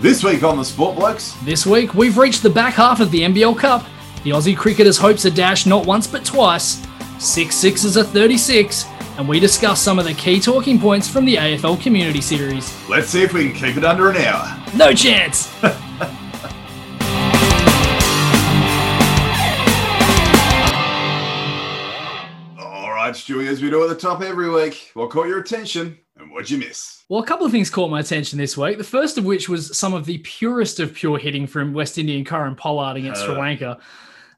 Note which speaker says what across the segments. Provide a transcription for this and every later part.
Speaker 1: This week on the Sport Blokes,
Speaker 2: This week, we've reached the back half of the NBL Cup. The Aussie cricketers' hopes are dashed not once but twice. Six sixes are 36, and we discuss some of the key talking points from the AFL Community Series.
Speaker 1: let's see if we can keep it under an hour.
Speaker 2: No chance!
Speaker 1: All right, Stewie, as we do at the top every week, what caught your attention and what'd you miss?
Speaker 2: Well, a couple of things caught my attention this week. The first of which was some of the purest of pure hitting from West Indian Curran Pollard against Sri
Speaker 1: Uh.
Speaker 2: Lanka.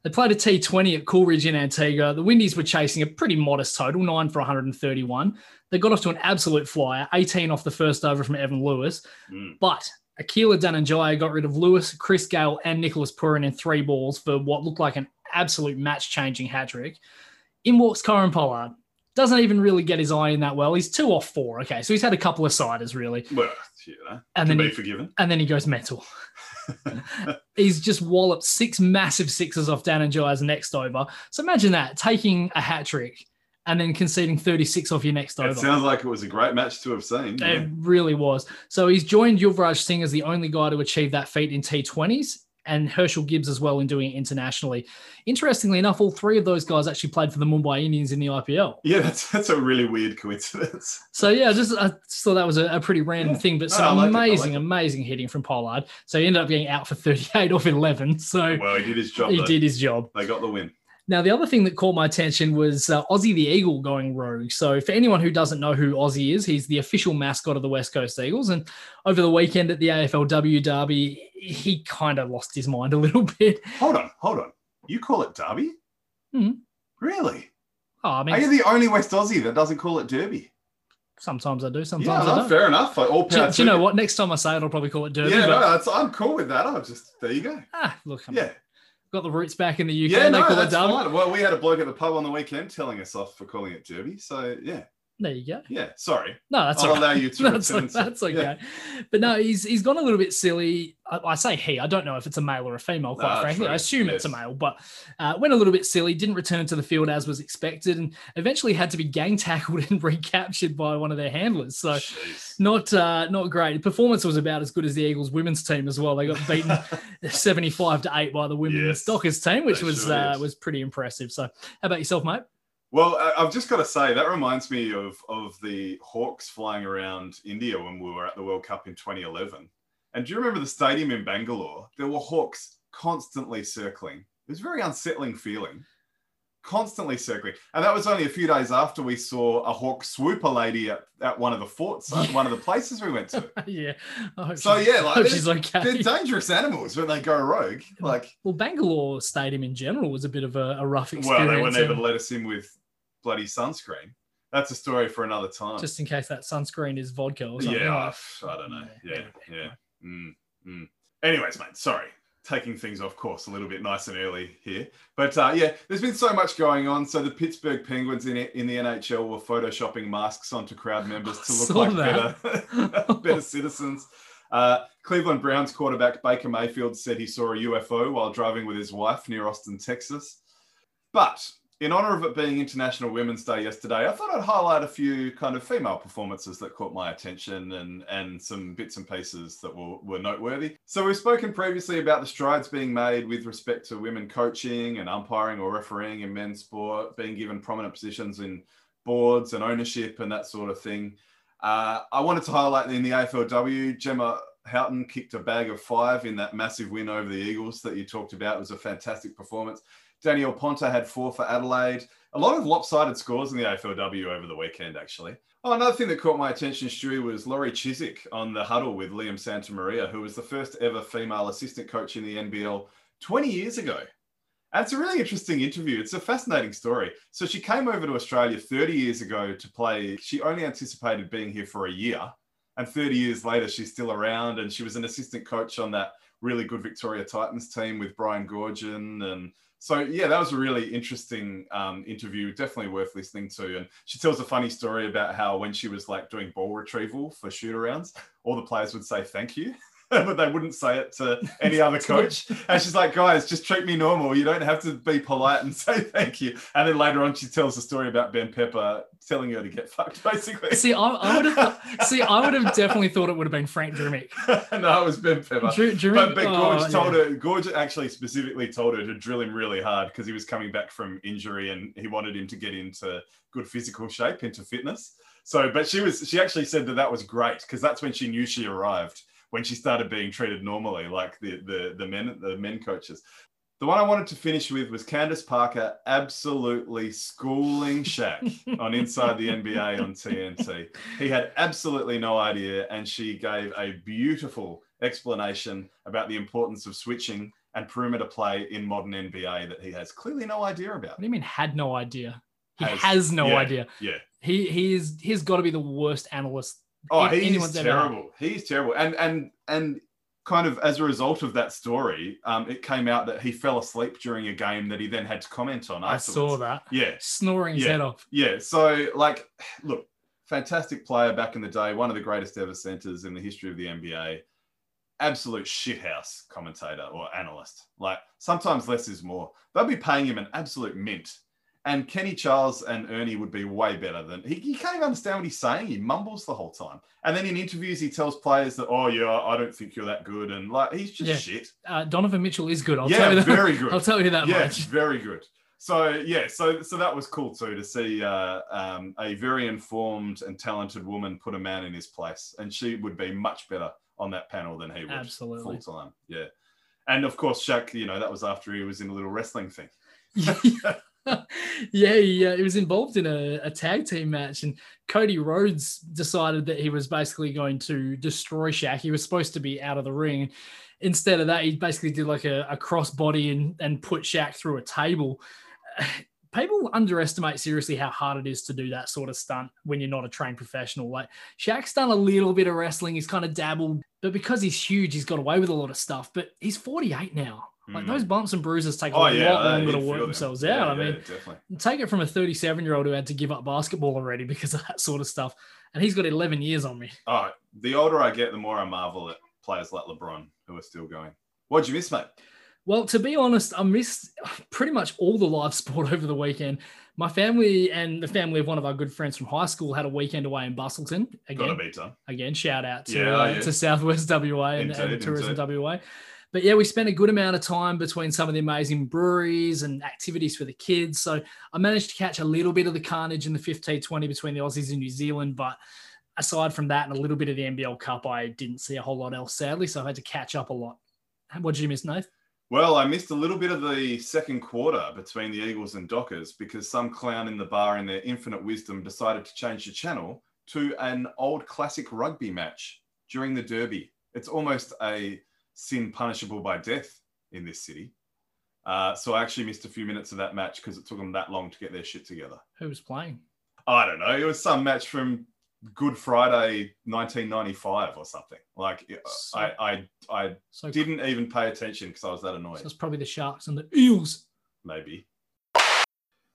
Speaker 2: They played a T20 at Coolridge in Antigua. The Windies were chasing a pretty modest total, nine for 131. They got off to an absolute flyer, 18 off the first over from Evan Lewis.
Speaker 1: Mm.
Speaker 2: But Akila Dananjaya got rid of Lewis, Chris Gale, and Nicholas Purin in three balls for what looked like an absolute match changing hat trick. In walks Corin Pollard. Doesn't even really get his eye in that well. He's two off four. Okay, so he's had a couple of siders really,
Speaker 1: Well, you know, can
Speaker 2: and then
Speaker 1: be
Speaker 2: he,
Speaker 1: forgiven.
Speaker 2: and then he goes mental. he's just walloped six massive sixes off Dananjaya's next over. So imagine that taking a hat trick and then conceding thirty six off your next
Speaker 1: It
Speaker 2: over.
Speaker 1: sounds like it was a great match to have seen. yeah.
Speaker 2: It really was. So he's joined Yuvraj Singh as the only guy to achieve that feat in T20s and Herschel Gibbs as well in doing it internationally. Interestingly enough, all three of those guys actually played for the Mumbai Indians in the IPL.
Speaker 1: Yeah, that's that's a really weird coincidence.
Speaker 2: So yeah, I just I just thought that was a, a pretty random
Speaker 1: Yeah.
Speaker 2: thing, but
Speaker 1: No,
Speaker 2: some
Speaker 1: I like it. I like
Speaker 2: amazing,
Speaker 1: it.
Speaker 2: amazing hitting from Pollard. So he ended up getting out for 38 off 11. So
Speaker 1: Well, he did his job.
Speaker 2: he
Speaker 1: though.
Speaker 2: did his job.
Speaker 1: They got the win.
Speaker 2: Now, the other thing that caught my attention was uh, Ozzy the Eagle going rogue. So, for anyone who doesn't know who Ozzy is, he's the official mascot of the West Coast Eagles. And over the weekend at the AFLW Derby, he kind of lost his mind a little bit.
Speaker 1: Hold on, hold on. You call it derby?
Speaker 2: Mhm.
Speaker 1: Really?
Speaker 2: Oh, I
Speaker 1: Are you
Speaker 2: mean,
Speaker 1: the only West Aussie that doesn't call it derby?
Speaker 2: sometimes I do,
Speaker 1: yeah,
Speaker 2: sometimes
Speaker 1: no,
Speaker 2: I don't.
Speaker 1: fair enough. Like, all
Speaker 2: Do,
Speaker 1: power
Speaker 2: do
Speaker 1: to
Speaker 2: you know
Speaker 1: you.
Speaker 2: what? Next time I say it, I'll probably call it Derby.
Speaker 1: Yeah,
Speaker 2: but,
Speaker 1: no, that's, I'm cool with that. I'm just there. You go.
Speaker 2: ah, look, I've
Speaker 1: Yeah,
Speaker 2: got the roots back in the UK.
Speaker 1: yeah,
Speaker 2: they
Speaker 1: no,
Speaker 2: call it
Speaker 1: that's
Speaker 2: Derby.
Speaker 1: fine. Well, we had a bloke at the pub on the weekend telling us off for calling it derby. So yeah,
Speaker 2: There you go.
Speaker 1: yeah. Sorry,
Speaker 2: No, that's
Speaker 1: I'll
Speaker 2: all right.
Speaker 1: allow you to.
Speaker 2: that's,
Speaker 1: return to-
Speaker 2: that's okay.
Speaker 1: Yeah.
Speaker 2: But no, he's he's gone a little bit silly. I, I say he. I don't know if it's a male or a female. Quite
Speaker 1: Ah,
Speaker 2: frankly,
Speaker 1: true.
Speaker 2: I assume it's a
Speaker 1: Yes.
Speaker 2: male. But uh, went a little bit silly. Didn't return to the field as was expected, and eventually had to be gang tackled and recaptured by one of their handlers. So.
Speaker 1: Jeez.
Speaker 2: Not uh, not great. The performance was about as good as the Eagles women's team as well. They got beaten seventy five to eight by the women's
Speaker 1: Yes,
Speaker 2: Dockers team, which
Speaker 1: they
Speaker 2: was
Speaker 1: sure
Speaker 2: uh,
Speaker 1: did.
Speaker 2: was pretty impressive. So, how about yourself, mate?
Speaker 1: Well, I- I've just got to say that reminds me of of the Hawks flying around India when we were at the World Cup in 2011. And do you remember the stadium in Bangalore? There were Hawks constantly circling. It was a very unsettling feeling. Constantly circling, and that was only a few days after we saw a hawk swoop a lady at, at one of the forts, at one of the places we went to.
Speaker 2: yeah. I hope
Speaker 1: So
Speaker 2: she's-
Speaker 1: yeah, like
Speaker 2: hope
Speaker 1: they're,
Speaker 2: she's okay.
Speaker 1: they're dangerous animals when they go rogue. Like,
Speaker 2: Well, Bangalore Stadium in general was a bit of a, a rough
Speaker 1: well,
Speaker 2: experience.
Speaker 1: they wouldn't even
Speaker 2: and
Speaker 1: let us in with bloody sunscreen. That's a story for another time.
Speaker 2: just in case that sunscreen is vodka or something.
Speaker 1: Yeah,
Speaker 2: like-
Speaker 1: I've- I don't know.
Speaker 2: Yeah,
Speaker 1: Yeah, yeah. Mm, mm. Anyways, mate, sorry. Taking things off course a little bit nice and early here. But uh, yeah, there's been so much going on. So the Pittsburgh Penguins in, in the NHL were photoshopping masks onto crowd members to look
Speaker 2: Saw
Speaker 1: like
Speaker 2: that.
Speaker 1: better, better citizens. Uh, Cleveland Browns quarterback Baker Mayfield said he saw a UFO while driving with his wife near Austin, Texas. But in honor of it being International Women's Day yesterday, I thought I'd highlight a few kind of female performances that caught my attention and, and some bits and pieces that were, were noteworthy. So, we've spoken previously about the strides being made with respect to women coaching and umpiring or refereeing in men's sport, being given prominent positions in boards and ownership and that sort of thing. Uh, I wanted to highlight in the AFLW, Gemma Houghton kicked a bag of five in that massive win over the Eagles that you talked about. It was a fantastic performance. Daniel Ponta had four for Adelaide. A lot of lopsided scores in the AFLW over the weekend, actually. Oh, another thing that caught my attention, Stewie, was Laurie Chiswick on the huddle with Liam Santamaria, who was the first ever female assistant coach in the NBL 20 years ago. And it's a really interesting interview. It's a fascinating story. So she came over to Australia 30 years ago to play. She only anticipated being here for a year. And 30 years later, she's still around. And she was an assistant coach on that really good Victoria Titans team with Brian Gorgian and so yeah, that was a really interesting um, interview, definitely worth listening to. And she tells a funny story about how when she was like doing ball retrieval for shoot arounds, all the players would say thank you. but they wouldn't say it to any other coach. And she's like, guys, just treat me normal. You don't have to be polite and say thank you. And then later on, she tells the story about Ben Pepper telling her to get fucked, basically.
Speaker 2: See, I, I would have see, I would have definitely thought it would have been Frank Drimmick.
Speaker 1: no, it was Ben Pepper.
Speaker 2: Dr-
Speaker 1: But,
Speaker 2: Drimmick-
Speaker 1: but Gorge
Speaker 2: oh,
Speaker 1: told
Speaker 2: yeah.
Speaker 1: her, Gorge actually specifically told her to drill him really hard because he was coming back from injury and he wanted him to get into good physical shape, into fitness. So, but she was, she actually said that that was great because that's when she knew she arrived when she started being treated normally, like the the the men the men coaches. The one I wanted to finish with was Candace Parker absolutely schooling Shaq on Inside the NBA on TNT. He had absolutely no idea, and she gave a beautiful explanation about the importance of switching and perimeter play in modern NBA that he has clearly no idea
Speaker 2: What
Speaker 1: about.
Speaker 2: do you mean had no idea? He
Speaker 1: Has-
Speaker 2: has, no
Speaker 1: yeah.
Speaker 2: idea.
Speaker 1: Yeah.
Speaker 2: He he is he's got to be the worst analyst.
Speaker 1: Oh,
Speaker 2: If
Speaker 1: he's
Speaker 2: anyone's ever-
Speaker 1: terrible. He's terrible. And and and kind of as a result of that story, um, it came out that he fell asleep during a game that he then had to comment on.
Speaker 2: I saw
Speaker 1: afterwards.
Speaker 2: that
Speaker 1: Yeah,
Speaker 2: snoring his
Speaker 1: Yeah.
Speaker 2: head off.
Speaker 1: yeah. So like, look, fantastic player back in the day, one of the greatest ever centers in the history of the NBA. Absolute shithouse commentator or analyst. Like sometimes less is more. They'll be paying him an absolute mint. And Kenny Charles and Ernie would be way better than he, he can't even understand what he's saying. He mumbles the whole time. And then in interviews, he tells players that, oh, yeah, I don't think you're that good. And like, he's just
Speaker 2: Yeah.
Speaker 1: shit.
Speaker 2: Uh, Donovan Mitchell is good. I'll
Speaker 1: yeah,
Speaker 2: tell you that.
Speaker 1: very good.
Speaker 2: I'll tell you that
Speaker 1: yeah,
Speaker 2: much.
Speaker 1: very good. So yeah, so so that was cool too to see uh, um, a very informed and talented woman put a man in his place, and she would be much better on that panel than he would full
Speaker 2: Absolutely.
Speaker 1: time. Yeah, and of course Shaq, you know that was after he was in a little wrestling thing.
Speaker 2: yeah, he, uh, he was involved in a, a tag team match, and Cody Rhodes decided that he was basically going to destroy Shaq. He was supposed to be out of the ring. Instead of that, he basically did like a, a crossbody and, and put Shaq through a table. People underestimate seriously how hard it is to do that sort of stunt when you're not a trained professional. Like Shaq's done a little bit of wrestling, he's kind of dabbled, but because he's huge, he's got away with a lot of stuff. But he's 48 now. Like
Speaker 1: Mm.
Speaker 2: those bumps and bruises take a
Speaker 1: Oh
Speaker 2: lot
Speaker 1: yeah, that-
Speaker 2: longer to
Speaker 1: he'd feel
Speaker 2: work
Speaker 1: them.
Speaker 2: themselves
Speaker 1: Yeah,
Speaker 2: out. I
Speaker 1: yeah,
Speaker 2: mean,
Speaker 1: definitely.
Speaker 2: take it from a 37 year old who had to give up basketball already because of that sort of stuff. And he's got 11 years on me.
Speaker 1: Oh, the older I get, the more I marvel at players like LeBron who are still going. What'd you miss, mate?
Speaker 2: Well, to be honest, I missed pretty much all the live sport over the weekend. My family and the family of one of our good friends from high school had a weekend away in Bustleton.
Speaker 1: Gotta
Speaker 2: Again,
Speaker 1: be done.
Speaker 2: again, shout out to,
Speaker 1: Yeah,
Speaker 2: uh,
Speaker 1: yeah.
Speaker 2: to Southwest WA and, and
Speaker 1: Indeed,
Speaker 2: Tourism
Speaker 1: indeed.
Speaker 2: WA. But yeah, we spent a good amount of time between some of the amazing breweries and activities for the kids. So I managed to catch a little bit of the carnage in the 15 20 between the Aussies and New Zealand. But aside from that and a little bit of the NBL Cup, I didn't see a whole lot else, sadly. So I had to catch up a lot. What did you miss, Nath?
Speaker 1: Well, I missed a little bit of the second quarter between the Eagles and Dockers because some clown in the bar, in their infinite wisdom, decided to change the channel to an old classic rugby match during the Derby. It's almost a sin punishable by death in this city. Uh, so I actually missed a few minutes of that match because it took them that long to get their shit together.
Speaker 2: Who was playing?
Speaker 1: I don't know. It was some match from Good Friday 1995 or something. Like
Speaker 2: So-
Speaker 1: Uh, I, I, I
Speaker 2: So, so
Speaker 1: didn't even pay attention because I was that annoyed.
Speaker 2: it's probably the Sharks and the Eels.
Speaker 1: maybe.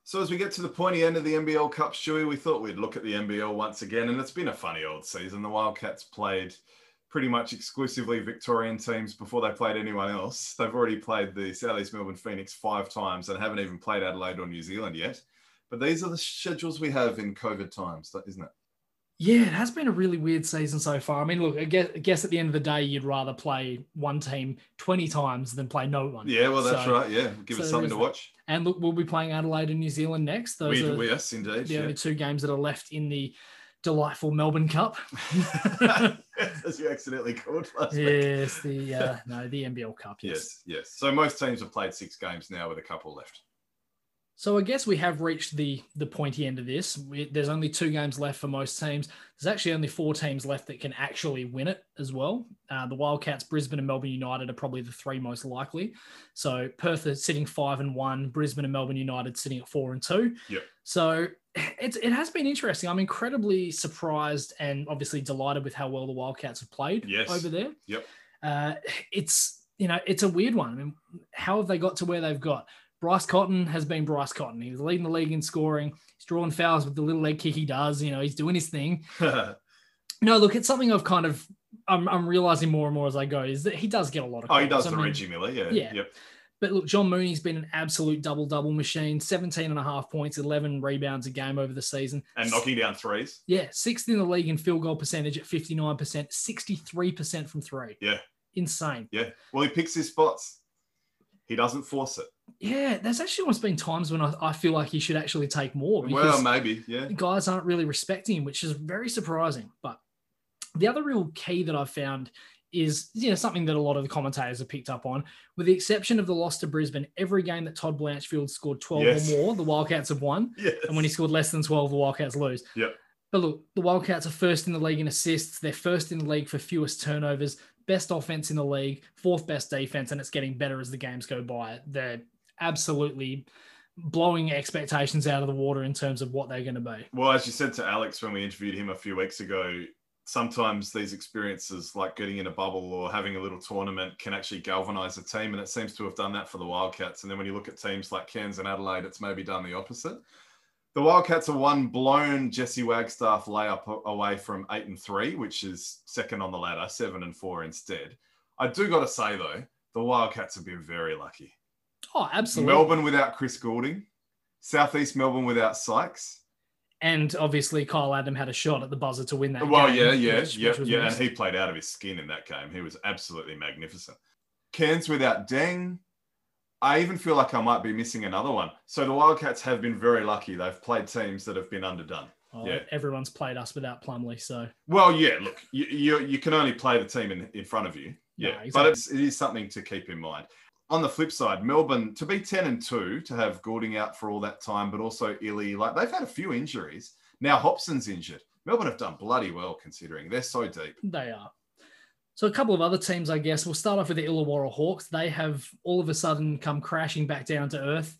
Speaker 1: So as we get to the pointy end of the NBL Cup, Stewie, we thought we'd look at the NBL once again, and it's been a funny old season. The Wildcats played pretty much exclusively Victorian teams before they played anyone else. They've already played the South East Melbourne Phoenix five times and haven't even played Adelaide or New Zealand yet. But these are the schedules we have in COVID times, isn't it?
Speaker 2: Yeah, it has been a really weird season so far. I mean, look, I guess, I guess at the end of the day, you'd rather play one team 20 times than play no one.
Speaker 1: Yeah, well, that's
Speaker 2: So-
Speaker 1: right. Yeah, give
Speaker 2: so
Speaker 1: us
Speaker 2: there
Speaker 1: something
Speaker 2: is
Speaker 1: to
Speaker 2: that.
Speaker 1: watch.
Speaker 2: And look, we'll be playing Adelaide and New Zealand next. Those
Speaker 1: We,
Speaker 2: are
Speaker 1: we, yes, indeed.
Speaker 2: the
Speaker 1: yeah.
Speaker 2: only two games that are left in the delightful Melbourne Cup.
Speaker 1: As you accidentally called last week.
Speaker 2: yes, the uh, no, the NBL Cup. Yes.
Speaker 1: Yes, yes. So most teams have played six games now with a couple left.
Speaker 2: So I guess we have reached the the pointy end of this. We, there's only two games left for most teams. There's actually only four teams left that can actually win it as well. Uh, the Wildcats, Brisbane, and Melbourne United are probably the three most likely. So Perth are sitting five and one. Brisbane and Melbourne United sitting at four and two.
Speaker 1: Yep.
Speaker 2: So it's it has been interesting. I'm incredibly surprised and obviously delighted with how well the Wildcats have played
Speaker 1: Yes.
Speaker 2: over there.
Speaker 1: Yep.
Speaker 2: Uh, it's you know it's a weird one. I mean, how have they got to where they've got? Bryce Cotton has been Bryce Cotton. He's leading the league in scoring. He's drawing fouls with the little leg kick he does. You know, he's doing his thing.
Speaker 1: yeah,
Speaker 2: No, look, it's something I've kind of I'm, I'm realizing more and more as I go is that he does get a lot of.
Speaker 1: Oh, he does
Speaker 2: calls. I
Speaker 1: the
Speaker 2: mean,
Speaker 1: Reggie Miller. Yeah.
Speaker 2: yeah.
Speaker 1: Yep.
Speaker 2: But look, John Mooney's been an absolute double double machine 17 and a half points, 11 rebounds a game over the season.
Speaker 1: And knocking down threes.
Speaker 2: Yeah, sixth in the league in field goal percentage at 59%, 63% from three.
Speaker 1: Yeah.
Speaker 2: Insane.
Speaker 1: Yeah. Well, he picks his spots. He doesn't force it.
Speaker 2: Yeah, there's actually almost been times when I, I feel like he should actually take more
Speaker 1: Well,
Speaker 2: because
Speaker 1: maybe. Yeah.
Speaker 2: the guys aren't really respecting him, which is very surprising. But the other real key that I've found is you know something that a lot of the commentators have picked up on. With the exception of the loss to Brisbane, every game that Todd Blanchfield scored 12
Speaker 1: Yes.
Speaker 2: or more, the Wildcats have won.
Speaker 1: Yeah.
Speaker 2: And when he scored less than 12, the Wildcats lose.
Speaker 1: Yep.
Speaker 2: But look, the Wildcats are first in the league in assists. They're first in the league for fewest turnovers, best offense in the league, fourth best defense, and it's getting better as the games go by. They're absolutely blowing expectations out of the water in terms of what they're going to be.
Speaker 1: Well, as you said to Alex when we interviewed him a few weeks ago, sometimes these experiences like getting in a bubble or having a little tournament can actually galvanize a team. And it seems to have done that for the Wildcats. And then when you look at teams like Cairns and Adelaide, it's maybe done the opposite. The Wildcats are one blown Jesse Wagstaff layup a- away from eight and three, which is second on the ladder, seven and four instead. I do got to say, though, the Wildcats have been very lucky.
Speaker 2: Oh, absolutely.
Speaker 1: Melbourne without Chris Goulding, Southeast Melbourne without Sykes.
Speaker 2: And obviously, Kyle Adam had a shot at the buzzer to win that.
Speaker 1: Well,
Speaker 2: game,
Speaker 1: yeah, yeah,
Speaker 2: which-
Speaker 1: yeah,
Speaker 2: which was
Speaker 1: yeah.
Speaker 2: massive.
Speaker 1: And he played out of his skin in that game. He was absolutely magnificent. Cairns without Deng. I even feel like I might be missing another one. So the Wildcats have been very lucky. They've played teams that have been underdone.
Speaker 2: Oh,
Speaker 1: yeah.
Speaker 2: Everyone's played us without Plumley, so
Speaker 1: Well, yeah. Look, you you, you can only play the team in, in front of you.
Speaker 2: No,
Speaker 1: Yeah, but
Speaker 2: exactly.
Speaker 1: it's, it is something to keep in mind. On the flip side, Melbourne to be ten and two to have Goulding out for all that time, but also Illy. Like they've had a few injuries. Now Hobson's injured. Melbourne have done bloody well considering they're so deep.
Speaker 2: They are. So a couple of other teams, I guess. We'll start off with the Illawarra Hawks. They have all of a sudden come crashing back down to earth.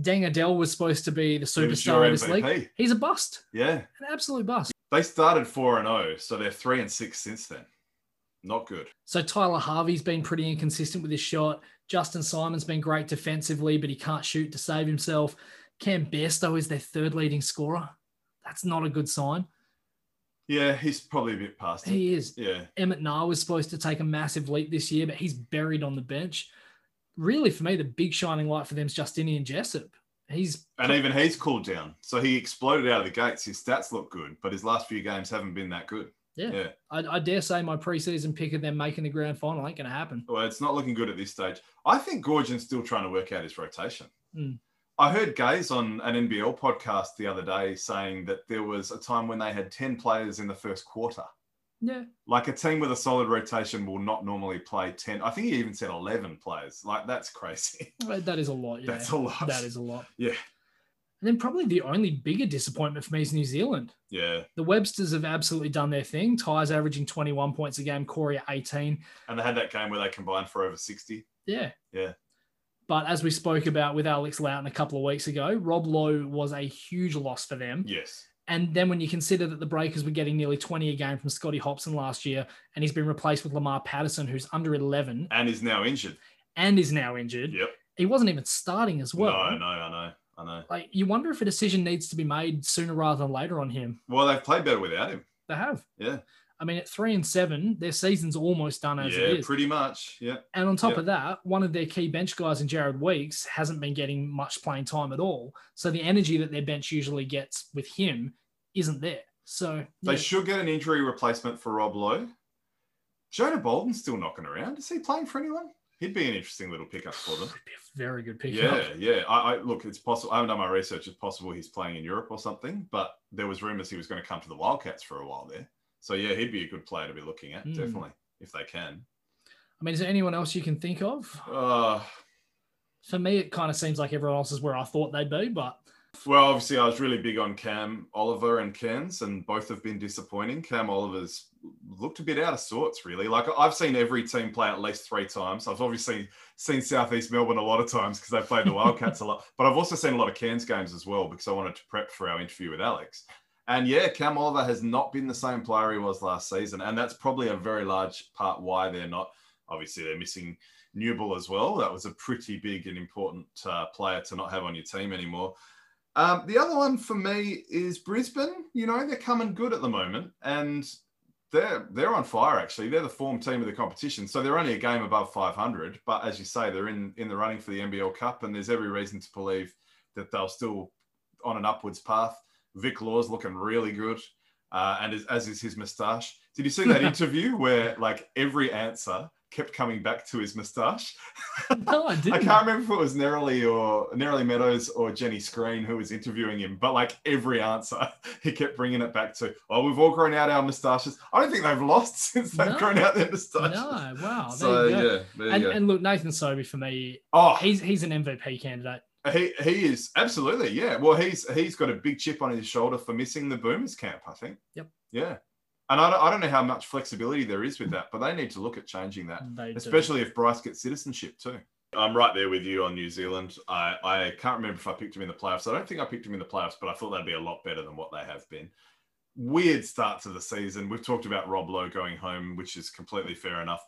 Speaker 2: Dang Adele was supposed to be the
Speaker 1: He was your
Speaker 2: superstar of this
Speaker 1: MVP.
Speaker 2: league. He's a bust,
Speaker 1: Yeah.
Speaker 2: an absolute bust.
Speaker 1: They started 4 and 0, so they're 3 and 6 since then. Not good.
Speaker 2: So Tyler Harvey's been pretty inconsistent with his shot. Justin Simon's been great defensively, but he can't shoot to save himself. Cam Besto is their third leading scorer. That's not a good sign.
Speaker 1: Yeah, he's probably a bit past it.
Speaker 2: He is.
Speaker 1: Yeah.
Speaker 2: Emmett Nah was supposed to take a massive leap this year, but he's buried on the bench. Really, for me, the big shining light for them is Justinian Jessup. He's
Speaker 1: And even he's cooled down. So he exploded out of the gates. His stats look good, but his last few games haven't been that good.
Speaker 2: Yeah.
Speaker 1: Yeah.
Speaker 2: I, I dare say my preseason pick of them making the grand final ain't going to happen.
Speaker 1: Well, it's not looking good at this stage. I think Gorgin's still trying to work out his rotation.
Speaker 2: Mm.
Speaker 1: I heard Gaze on an NBL podcast the other day saying that there was a time when they had 10 players in the first quarter.
Speaker 2: Yeah,
Speaker 1: Like a team with a solid rotation will not normally play 10. I think he even said 11 players. Like, that's crazy.
Speaker 2: that is a lot. Yeah,
Speaker 1: That's a lot.
Speaker 2: That is a lot.
Speaker 1: Yeah.
Speaker 2: And then probably the only bigger disappointment for me is New Zealand.
Speaker 1: Yeah.
Speaker 2: The Websters have absolutely done their thing. Ty's averaging 21 points a game, Corey at 18.
Speaker 1: And they had that game where they combined for over 60.
Speaker 2: Yeah.
Speaker 1: Yeah.
Speaker 2: But as we spoke about with Alex Loughton a couple of weeks ago, Rob Lowe was a huge loss for them.
Speaker 1: Yes.
Speaker 2: And then when you consider that the Breakers were getting nearly 20 a game from Scotty Hobson last year, and he's been replaced with Lamar Patterson, who's under 11
Speaker 1: And is now injured.
Speaker 2: and is now injured,
Speaker 1: Yep.
Speaker 2: he wasn't even starting as well.
Speaker 1: no, no, I know. I know.
Speaker 2: Like, you wonder if a decision needs to be made sooner rather than later on him.
Speaker 1: Well, they've played better without him.
Speaker 2: They have.
Speaker 1: Yeah.
Speaker 2: I mean, at three and seven, their season's almost done as it
Speaker 1: yeah,
Speaker 2: is.
Speaker 1: pretty much. Yeah.
Speaker 2: And on top
Speaker 1: Yeah.
Speaker 2: of that, one of their key bench guys in Jared Weeks hasn't been getting much playing time at all. So the energy that their bench usually gets with him isn't there. So
Speaker 1: They
Speaker 2: yeah,
Speaker 1: should get an injury replacement for Rob Lowe. Jonah Bolton's still knocking around. Is he playing for anyone? He'd be an interesting little pickup for them.
Speaker 2: could be a very good pick.
Speaker 1: Yeah, yeah. I, I look, it's possible. I haven't done my research. It's possible he's playing in Europe or something, but there was rumors he was going to come to the Wildcats for a while there. So yeah, he'd be a good player to be looking at,
Speaker 2: Hmm.
Speaker 1: definitely, if they can.
Speaker 2: I mean, is there anyone else you can think of?
Speaker 1: Uh,
Speaker 2: For me, it kind of seems like everyone else is where I thought they'd be, but
Speaker 1: Well, obviously, I was really big on Cam Oliver and Cairns, and both have been disappointing. Cam Oliver's looked a bit out of sorts, really. Like I've seen every team play at least three times. I've obviously seen Southeast Melbourne a lot of times because they played the Wildcats a lot, but I've also seen a lot of Cairns games as well because I wanted to prep for our interview with Alex. And yeah, Cam Oliver has not been the same player he was last season, and that's probably a very large part why they're not. Obviously, they're missing Newell as well. That was a pretty big and important uh, player to not have on your team anymore. Um, the other one for me is Brisbane. You know, they're coming good at the moment. And they're they're on fire actually. They're the form team of the competition, so they're only a game above 500. But as you say, they're in in the running for the NBL Cup, and there's every reason to believe that they'll still on an upwards path. Vic Law's looking really good, uh, and as, as is his moustache. Did you see that interview where like every answer kept coming back to his moustache?
Speaker 2: No, I didn't.
Speaker 1: I can't remember if it was Nerily or Nerily Meadows or Jenny Screen who was interviewing him, but like every answer, he kept bringing it back to, "Oh, we've all grown out our moustaches." I don't think they've lost since they've
Speaker 2: No.
Speaker 1: grown out their moustaches.
Speaker 2: No, wow. There
Speaker 1: so
Speaker 2: you go.
Speaker 1: yeah, there you
Speaker 2: and,
Speaker 1: go.
Speaker 2: and look, Nathan Sobey for me,
Speaker 1: oh,
Speaker 2: he's he's an MVP candidate.
Speaker 1: he he is absolutely yeah. Well, he's he's got a big chip on his shoulder for missing the Boomers camp. I think.
Speaker 2: Yep.
Speaker 1: Yeah, and I don't, I don't know how much flexibility there is with that, but they need to look at changing that.
Speaker 2: They do.
Speaker 1: especially if Bryce gets citizenship too. I'm right there with you on New Zealand. I, I can't remember if I picked him in the playoffs. I don't think I picked him in the playoffs, but I thought they'd be a lot better than what they have been. Weird start to the season. We've talked about Rob Lowe going home, which is completely fair enough.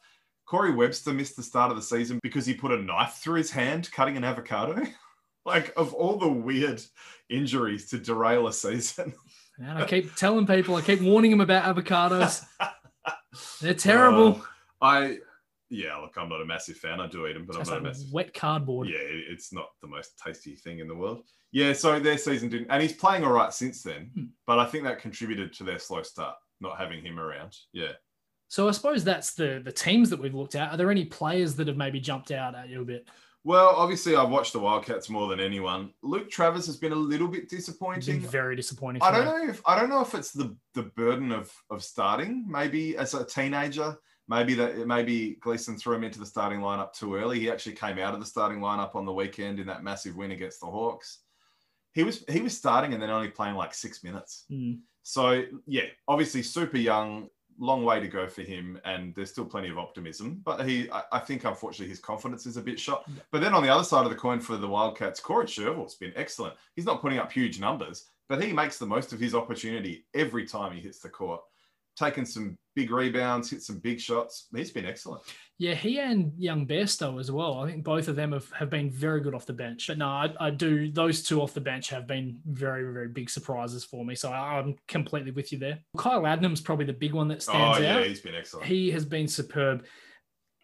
Speaker 1: Corey Webster missed the start of the season because he put a knife through his hand cutting an avocado. like, of all the weird injuries to derail a season.
Speaker 2: Man, I keep telling people, I keep warning them about avocados. They're terrible.
Speaker 1: Uh, I, yeah, look, I'm not a massive fan. I do eat them, but
Speaker 2: That's
Speaker 1: I'm not
Speaker 2: like
Speaker 1: a massive
Speaker 2: wet cardboard.
Speaker 1: Yeah, it- it's not the most tasty thing in the world. Yeah, so their season didn't, and he's playing all right since then,
Speaker 2: Hmm.
Speaker 1: but I think that contributed to their slow start, not having him around. Yeah.
Speaker 2: So I suppose that's the the teams that we've looked at. Are there any players that have maybe jumped out at you a bit?
Speaker 1: Well, obviously, I've watched the Wildcats more than anyone. Luke Travis has been a little bit
Speaker 2: It's been
Speaker 1: disappointing.
Speaker 2: very disappointing.
Speaker 1: I
Speaker 2: for
Speaker 1: don't
Speaker 2: me.
Speaker 1: know if I don't know if it's the the burden of of starting. Maybe as a teenager, maybe that maybe Gleason threw him into the starting lineup too early. He actually came out of the starting lineup on the weekend in that massive win against the Hawks. He was he was starting and then only playing like six minutes.
Speaker 2: Mm.
Speaker 1: So yeah, obviously super young, long way to go for him, and there's still plenty of optimism. But he, I, I think, unfortunately, his confidence is a bit shot.
Speaker 2: Yeah.
Speaker 1: But then on the other side of the coin for the Wildcats, Corey Sherville's been excellent. He's not putting up huge numbers, but he makes the most of his opportunity every time he hits the court. Taken some big rebounds, hit some big shots. He's been excellent.
Speaker 2: Yeah, he and Young Bairstow as well. I think both of them have, have been very good off the bench. But no, I, I do. Those two off the bench have been very, very big surprises for me. So I, I'm completely with you there. Kyle Adnam's probably the big one that stands
Speaker 1: oh yeah,
Speaker 2: out.
Speaker 1: he's been excellent.
Speaker 2: He has been superb.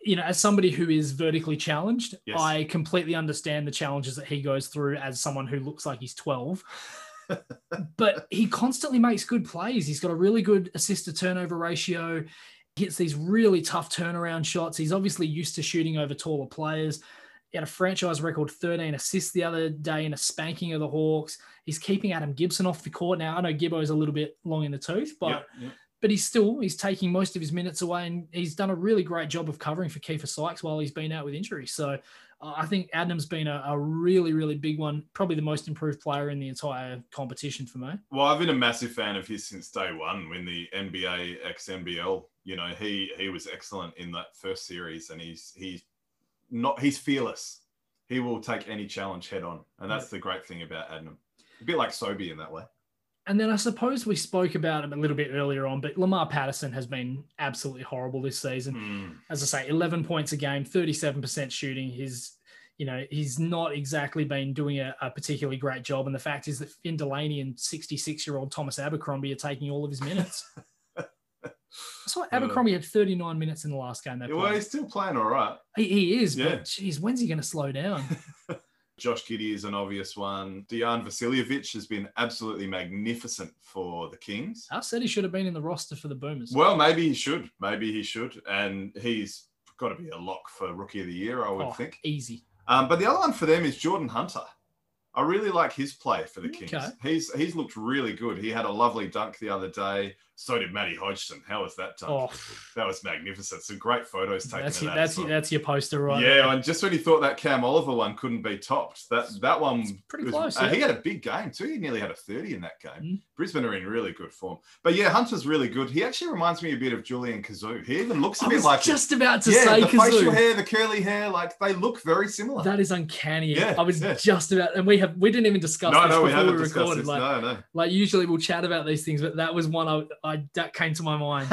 Speaker 2: You know, as somebody who is vertically challenged,
Speaker 1: Yes.
Speaker 2: I completely understand the challenges that he goes through as someone who looks like he's 12. but he constantly makes good plays. He's got a really good assist to turnover ratio, hits these really tough turnaround shots. He's obviously used to shooting over taller players. He had a franchise record 13 assists the other day in a spanking of the Hawks. He's keeping Adam Gibson off the court now. I know Gibbo's a little bit long in the tooth, but
Speaker 1: Yep, yep.
Speaker 2: but he's still he's taking most of his minutes away, and he's done a really great job of covering for Kiefer Sykes while he's been out with injury. So uh, I think Adam's been a, a really really big one, probably the most improved player in the entire competition for me.
Speaker 1: Well, I've been a massive fan of his since day one when the NBA ex NBL, you know, he he was excellent in that first series and he's he's not he's fearless. He will take any challenge head on. And that's the great thing about Adnam. A bit like Sobey in that way.
Speaker 2: And then I suppose we spoke about him a little bit earlier on, but Lamar Patterson has been absolutely horrible this season.
Speaker 1: Hmm.
Speaker 2: as I say, 11 points a game, 37% shooting. He's, you know, he's not exactly been doing a, a particularly great job. And the fact is that Finn Delaney and 66 year old Thomas Abercrombie are taking all of his minutes. So
Speaker 1: Yeah.
Speaker 2: Abercrombie had 39 minutes in the last game. They
Speaker 1: Yeah, well,
Speaker 2: played.
Speaker 1: he's still playing all right.
Speaker 2: He, he is,
Speaker 1: Yeah.
Speaker 2: but geez, when's he going to slow down?
Speaker 1: Josh Giddy is an obvious one. Dejan Vasiljevic has been absolutely magnificent for the Kings.
Speaker 2: I said he should have been in the roster for the Boomers.
Speaker 1: Well, maybe he should. Maybe he should. And he's got to be a lock for rookie of the year, I would
Speaker 2: Oh,
Speaker 1: think.
Speaker 2: easy.
Speaker 1: Um, but the other one for them is Jordan Hunter. I really like his play for the Kings.
Speaker 2: Okay.
Speaker 1: He's he's looked really good. He had a lovely dunk the other day. So did Matty Hodgson. How was that dunk?
Speaker 2: Oh,
Speaker 1: That was magnificent. Some great photos taken
Speaker 2: that's
Speaker 1: of
Speaker 2: your,
Speaker 1: that.
Speaker 2: that's
Speaker 1: as
Speaker 2: your,
Speaker 1: well.
Speaker 2: that's your poster, right? there.
Speaker 1: yeah, and just when you thought that Cam Oliver one couldn't be topped, that that one
Speaker 2: It's pretty
Speaker 1: was-
Speaker 2: close,
Speaker 1: uh,
Speaker 2: yeah.
Speaker 1: He had a big game too. He nearly had a thirty in that game.
Speaker 2: Mm.
Speaker 1: Brisbane are in really good form. But yeah, Hunter's really good. He actually reminds me a bit of Julian Kazoo. He even looks a
Speaker 2: I
Speaker 1: bit
Speaker 2: was
Speaker 1: like him.
Speaker 2: just about to
Speaker 1: yeah,
Speaker 2: say
Speaker 1: the facial
Speaker 2: Kazoo.
Speaker 1: hair, the curly hair, like they look very similar.
Speaker 2: That is uncanny.
Speaker 1: Yeah,
Speaker 2: I was
Speaker 1: yeah.
Speaker 2: just about, and we have we didn't even discuss
Speaker 1: no,
Speaker 2: this
Speaker 1: no, we
Speaker 2: before we,
Speaker 1: haven't discussed
Speaker 2: recorded.
Speaker 1: this.
Speaker 2: Like,
Speaker 1: no, no.
Speaker 2: like usually we'll chat about these things, but that was one I, I that came to my mind.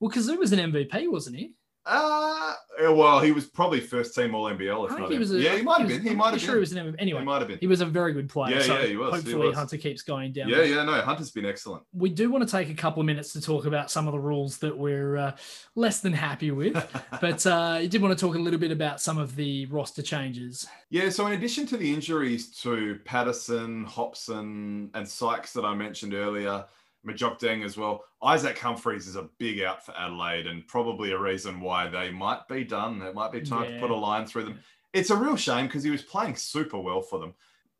Speaker 2: well, Kazoo was an MVP, wasn't he?
Speaker 1: Uh, well, he was probably first team All NBL. If not,
Speaker 2: I think he was a,
Speaker 1: yeah, he might have
Speaker 2: was-
Speaker 1: been. He
Speaker 2: I'm
Speaker 1: might have
Speaker 2: pretty
Speaker 1: been.
Speaker 2: sure he was an M-
Speaker 1: he
Speaker 2: anyway.
Speaker 1: might have been.
Speaker 2: He was a very good player.
Speaker 1: Yeah,
Speaker 2: so
Speaker 1: yeah, he was, he
Speaker 2: Hopefully,
Speaker 1: was.
Speaker 2: Hunter keeps going down.
Speaker 1: Yeah, yeah, no, Hunter's been excellent.
Speaker 2: We do want to take a couple of minutes to talk about some of the rules that we're uh, less than happy with. but uh, you did want to talk a little bit about some of the roster changes.
Speaker 1: Yeah, so in addition to the injuries to Patterson, Hobson, and Sykes that I mentioned earlier, Majok Deng as well, Isaac Humphreys is a big out for Adelaide and probably a reason why they might be done. It might be time to
Speaker 2: Yeah.
Speaker 1: put a line through them. It's a real shame because he was playing super well for them.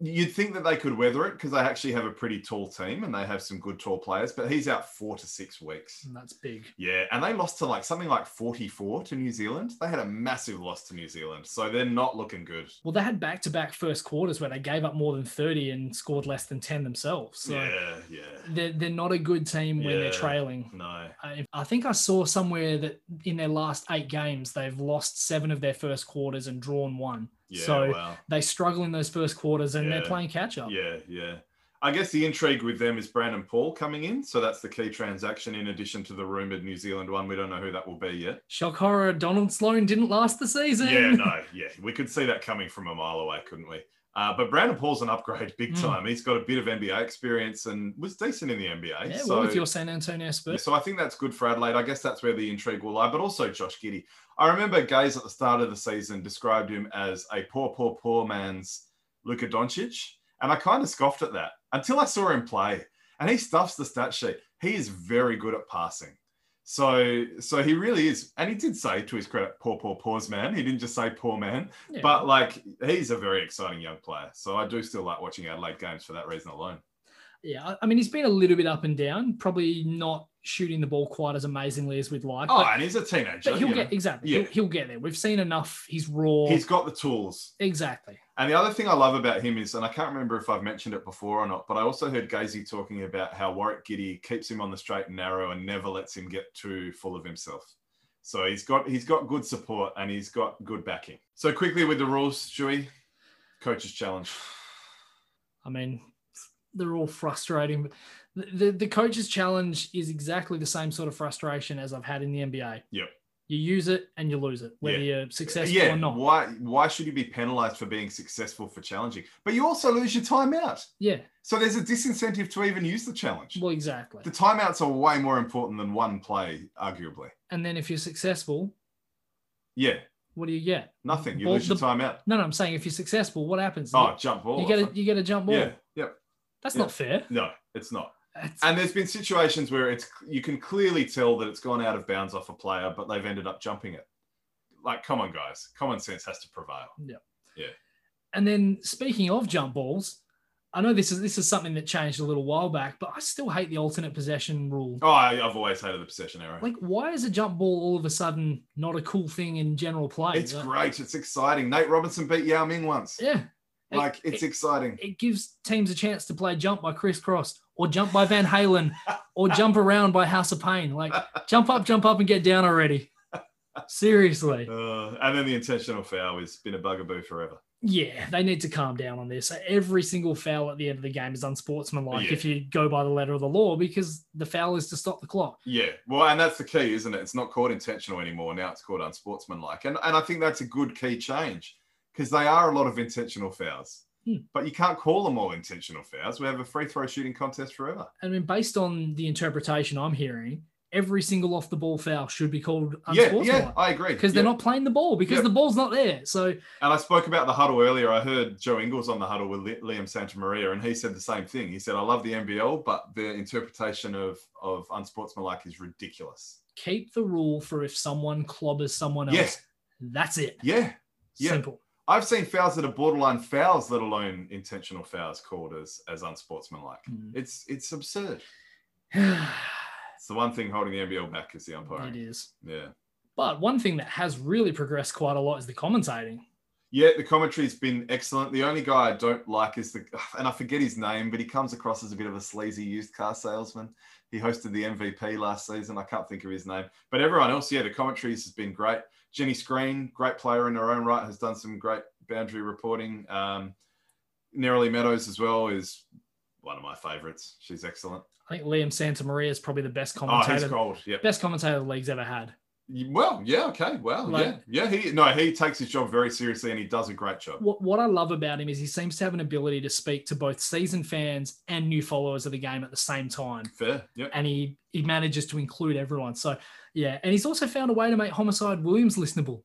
Speaker 1: You'd think that they could weather it because they actually have a pretty tall team and they have some good tall players, but he's out four to six weeks.
Speaker 2: And that's big.
Speaker 1: Yeah, and they lost to like something like 44 to New Zealand. They had a massive loss to New Zealand, so they're not looking good.
Speaker 2: Well, they had back to back first quarters where they gave up more than 30 and scored less than 10 themselves. So
Speaker 1: yeah, yeah.
Speaker 2: they're, they're not a good team when
Speaker 1: Yeah.
Speaker 2: they're trailing.
Speaker 1: No.
Speaker 2: I, I think I saw somewhere that in their last eight games, they've lost seven of their first quarters and drawn one.
Speaker 1: Yeah,
Speaker 2: so
Speaker 1: wow.
Speaker 2: they struggle in those first quarters and
Speaker 1: Yeah.
Speaker 2: they're playing catch up.
Speaker 1: Yeah, yeah. I guess the intrigue with them is Brandon Paul coming in. So that's the key transaction in addition to the rumored New Zealand one. We don't know who that will be yet.
Speaker 2: Shock horror, Donald Sloan didn't last the season.
Speaker 1: Yeah, no, yeah. We could see that coming from a mile away, couldn't we? Uh, but Brandon Paul's an upgrade big
Speaker 2: Mm.
Speaker 1: time. He's got a bit of NBA experience and was decent in the NBA.
Speaker 2: Yeah,
Speaker 1: so
Speaker 2: well, with your San Antonio Spurs.
Speaker 1: So I think that's good for Adelaide. I guess that's where the intrigue will lie, but also Josh Giddy. I remember Gaze at the start of the season described him as a poor, poor, poor man's Luka Doncic. And I kind of scoffed at that until I saw him play. And he stuffs the stat sheet. He is very good at passing. So so he really is. And he did say to his credit, poor, poor, poor's man. He didn't just say poor man.
Speaker 2: Yeah.
Speaker 1: But like he's a very exciting young player. So I do still like watching Adelaide games for that reason alone.
Speaker 2: yeah, I- I mean, he's been a little bit up and down, probably not shooting the ball quite as amazingly as we'd like.
Speaker 1: Oh,
Speaker 2: but,
Speaker 1: and he's a teenager.
Speaker 2: but he'll
Speaker 1: you know.
Speaker 2: get, exactly,
Speaker 1: Yeah.
Speaker 2: he'll, he'll get there. We've seen enough. He's raw.
Speaker 1: He's got the tools.
Speaker 2: exactly.
Speaker 1: And the other thing I love about him is, and I can't remember if I've mentioned it before or not, but I also heard Gazy talking about how Warwick Giddy keeps him on the straight and narrow and never lets him get too full of himself. So he's got he's got good support and he's got good backing. So quickly with the rules, Stewie, coach's challenge.
Speaker 2: I mean, they're all frustrating. The, the, the coach's challenge is exactly the same sort of frustration as I've had in the NBA.
Speaker 1: Yep.
Speaker 2: You use it and you lose it, whether you're successful
Speaker 1: yeah,
Speaker 2: or not.
Speaker 1: why why should you be penalized for being successful for challenging? But you also lose your timeout.
Speaker 2: Yeah,
Speaker 1: So there's a disincentive to even use the challenge.
Speaker 2: well, exactly.
Speaker 1: the timeouts are way more important than one play, arguably.
Speaker 2: And then if you're successful,
Speaker 1: Yeah,
Speaker 2: what do you get?
Speaker 1: nothing. You
Speaker 2: Ball-
Speaker 1: lose your
Speaker 2: the-
Speaker 1: timeout.
Speaker 2: No, no, I'm saying if you're successful, what happens?
Speaker 1: Oh, jump ball.
Speaker 2: you get
Speaker 1: I
Speaker 2: a
Speaker 1: think.
Speaker 2: you get a jump ball.
Speaker 1: Yeah, yeah.
Speaker 2: That's
Speaker 1: yeah.
Speaker 2: not fair.
Speaker 1: No, it's not.
Speaker 2: That's-
Speaker 1: And there's been situations where it's you can clearly tell that it's gone out of bounds off a player, but they've ended up jumping it. Like, come on, guys. Common sense has to prevail.
Speaker 2: And then speaking of jump balls, I know this is this is something that changed a little while back, but I still hate the alternate possession rule.
Speaker 1: Oh, I, I've always hated the possession error.
Speaker 2: Like, why is a jump ball all of a sudden not a cool thing in general play?
Speaker 1: it's
Speaker 2: Like,
Speaker 1: great. It's exciting. Nate Robinson beat Yao Ming once.
Speaker 2: Yeah. It-
Speaker 1: Like, it's
Speaker 2: it,
Speaker 1: exciting.
Speaker 2: it gives teams a chance to play jump by Chris Cross or jump by Van Halen or jump around by House of Pain. Like, jump up, jump up, and get down already. Seriously.
Speaker 1: Uh, and then the intentional foul has been a bugaboo forever.
Speaker 2: Yeah, they need to calm down on this. Every single foul at the end of the game is unsportsmanlike
Speaker 1: Yeah.
Speaker 2: if you go by the letter of the law because the foul is to stop the clock.
Speaker 1: Yeah, well, and that's the key, isn't it? It's not called intentional anymore. Now it's called unsportsmanlike, and and I think that's a good key change because they are a lot of intentional fouls,
Speaker 2: Hmm.
Speaker 1: but you can't call them all intentional fouls. We have a free throw shooting contest forever.
Speaker 2: I mean, based on the interpretation I'm hearing, every single off the ball foul should be called
Speaker 1: Yeah,
Speaker 2: unsportsmanlike.
Speaker 1: yeah, I agree.
Speaker 2: because
Speaker 1: Yeah.
Speaker 2: they're not playing the ball because
Speaker 1: Yeah.
Speaker 2: the ball's not there. So
Speaker 1: And I spoke about the huddle earlier. I heard Joe Ingles on the huddle with Li- Liam Santamaria, and he said the same thing. He said, "I love the NBL, but the interpretation of of unsportsmanlike is ridiculous."
Speaker 2: keep the rule for if someone clobbers someone else.
Speaker 1: Yeah.
Speaker 2: That's it.
Speaker 1: Yeah, Yeah.
Speaker 2: Simple.
Speaker 1: I've seen fouls that are borderline fouls, let alone intentional fouls, called as as unsportsmanlike.
Speaker 2: Mm.
Speaker 1: It's it's absurd. It's the one thing holding the NBL back is the
Speaker 2: it
Speaker 1: umpiring.
Speaker 2: is.
Speaker 1: Yeah.
Speaker 2: But one thing that has really progressed quite a lot is the commentating.
Speaker 1: Yeah, the commentary's been excellent. The only guy I don't like is the, and I forget his name, but he comes across as a bit of a sleazy used car salesman. He hosted the MVP last season. I can't think of his name, but everyone else, yeah, the commentaries has been great. Jenny Screen, great player in her own right, has done some great boundary reporting. Um, Neroli Meadows as well is one of my favorites. She's excellent.
Speaker 2: I think Liam Santamaria is probably the best
Speaker 1: Oh, he's
Speaker 2: commentator,
Speaker 1: cold. Yep.
Speaker 2: best commentator the league's ever had.
Speaker 1: Well, yeah, okay, well,
Speaker 2: Like-
Speaker 1: yeah, yeah. He no, he takes his job very seriously, and he does a great job.
Speaker 2: What, what I love about him is he seems to have an ability to speak to both seasoned fans and new followers of the game at the same time.
Speaker 1: Fair, yeah.
Speaker 2: And he, he manages to include everyone. So, yeah. And he's also found a way to make Homicide Williams listenable.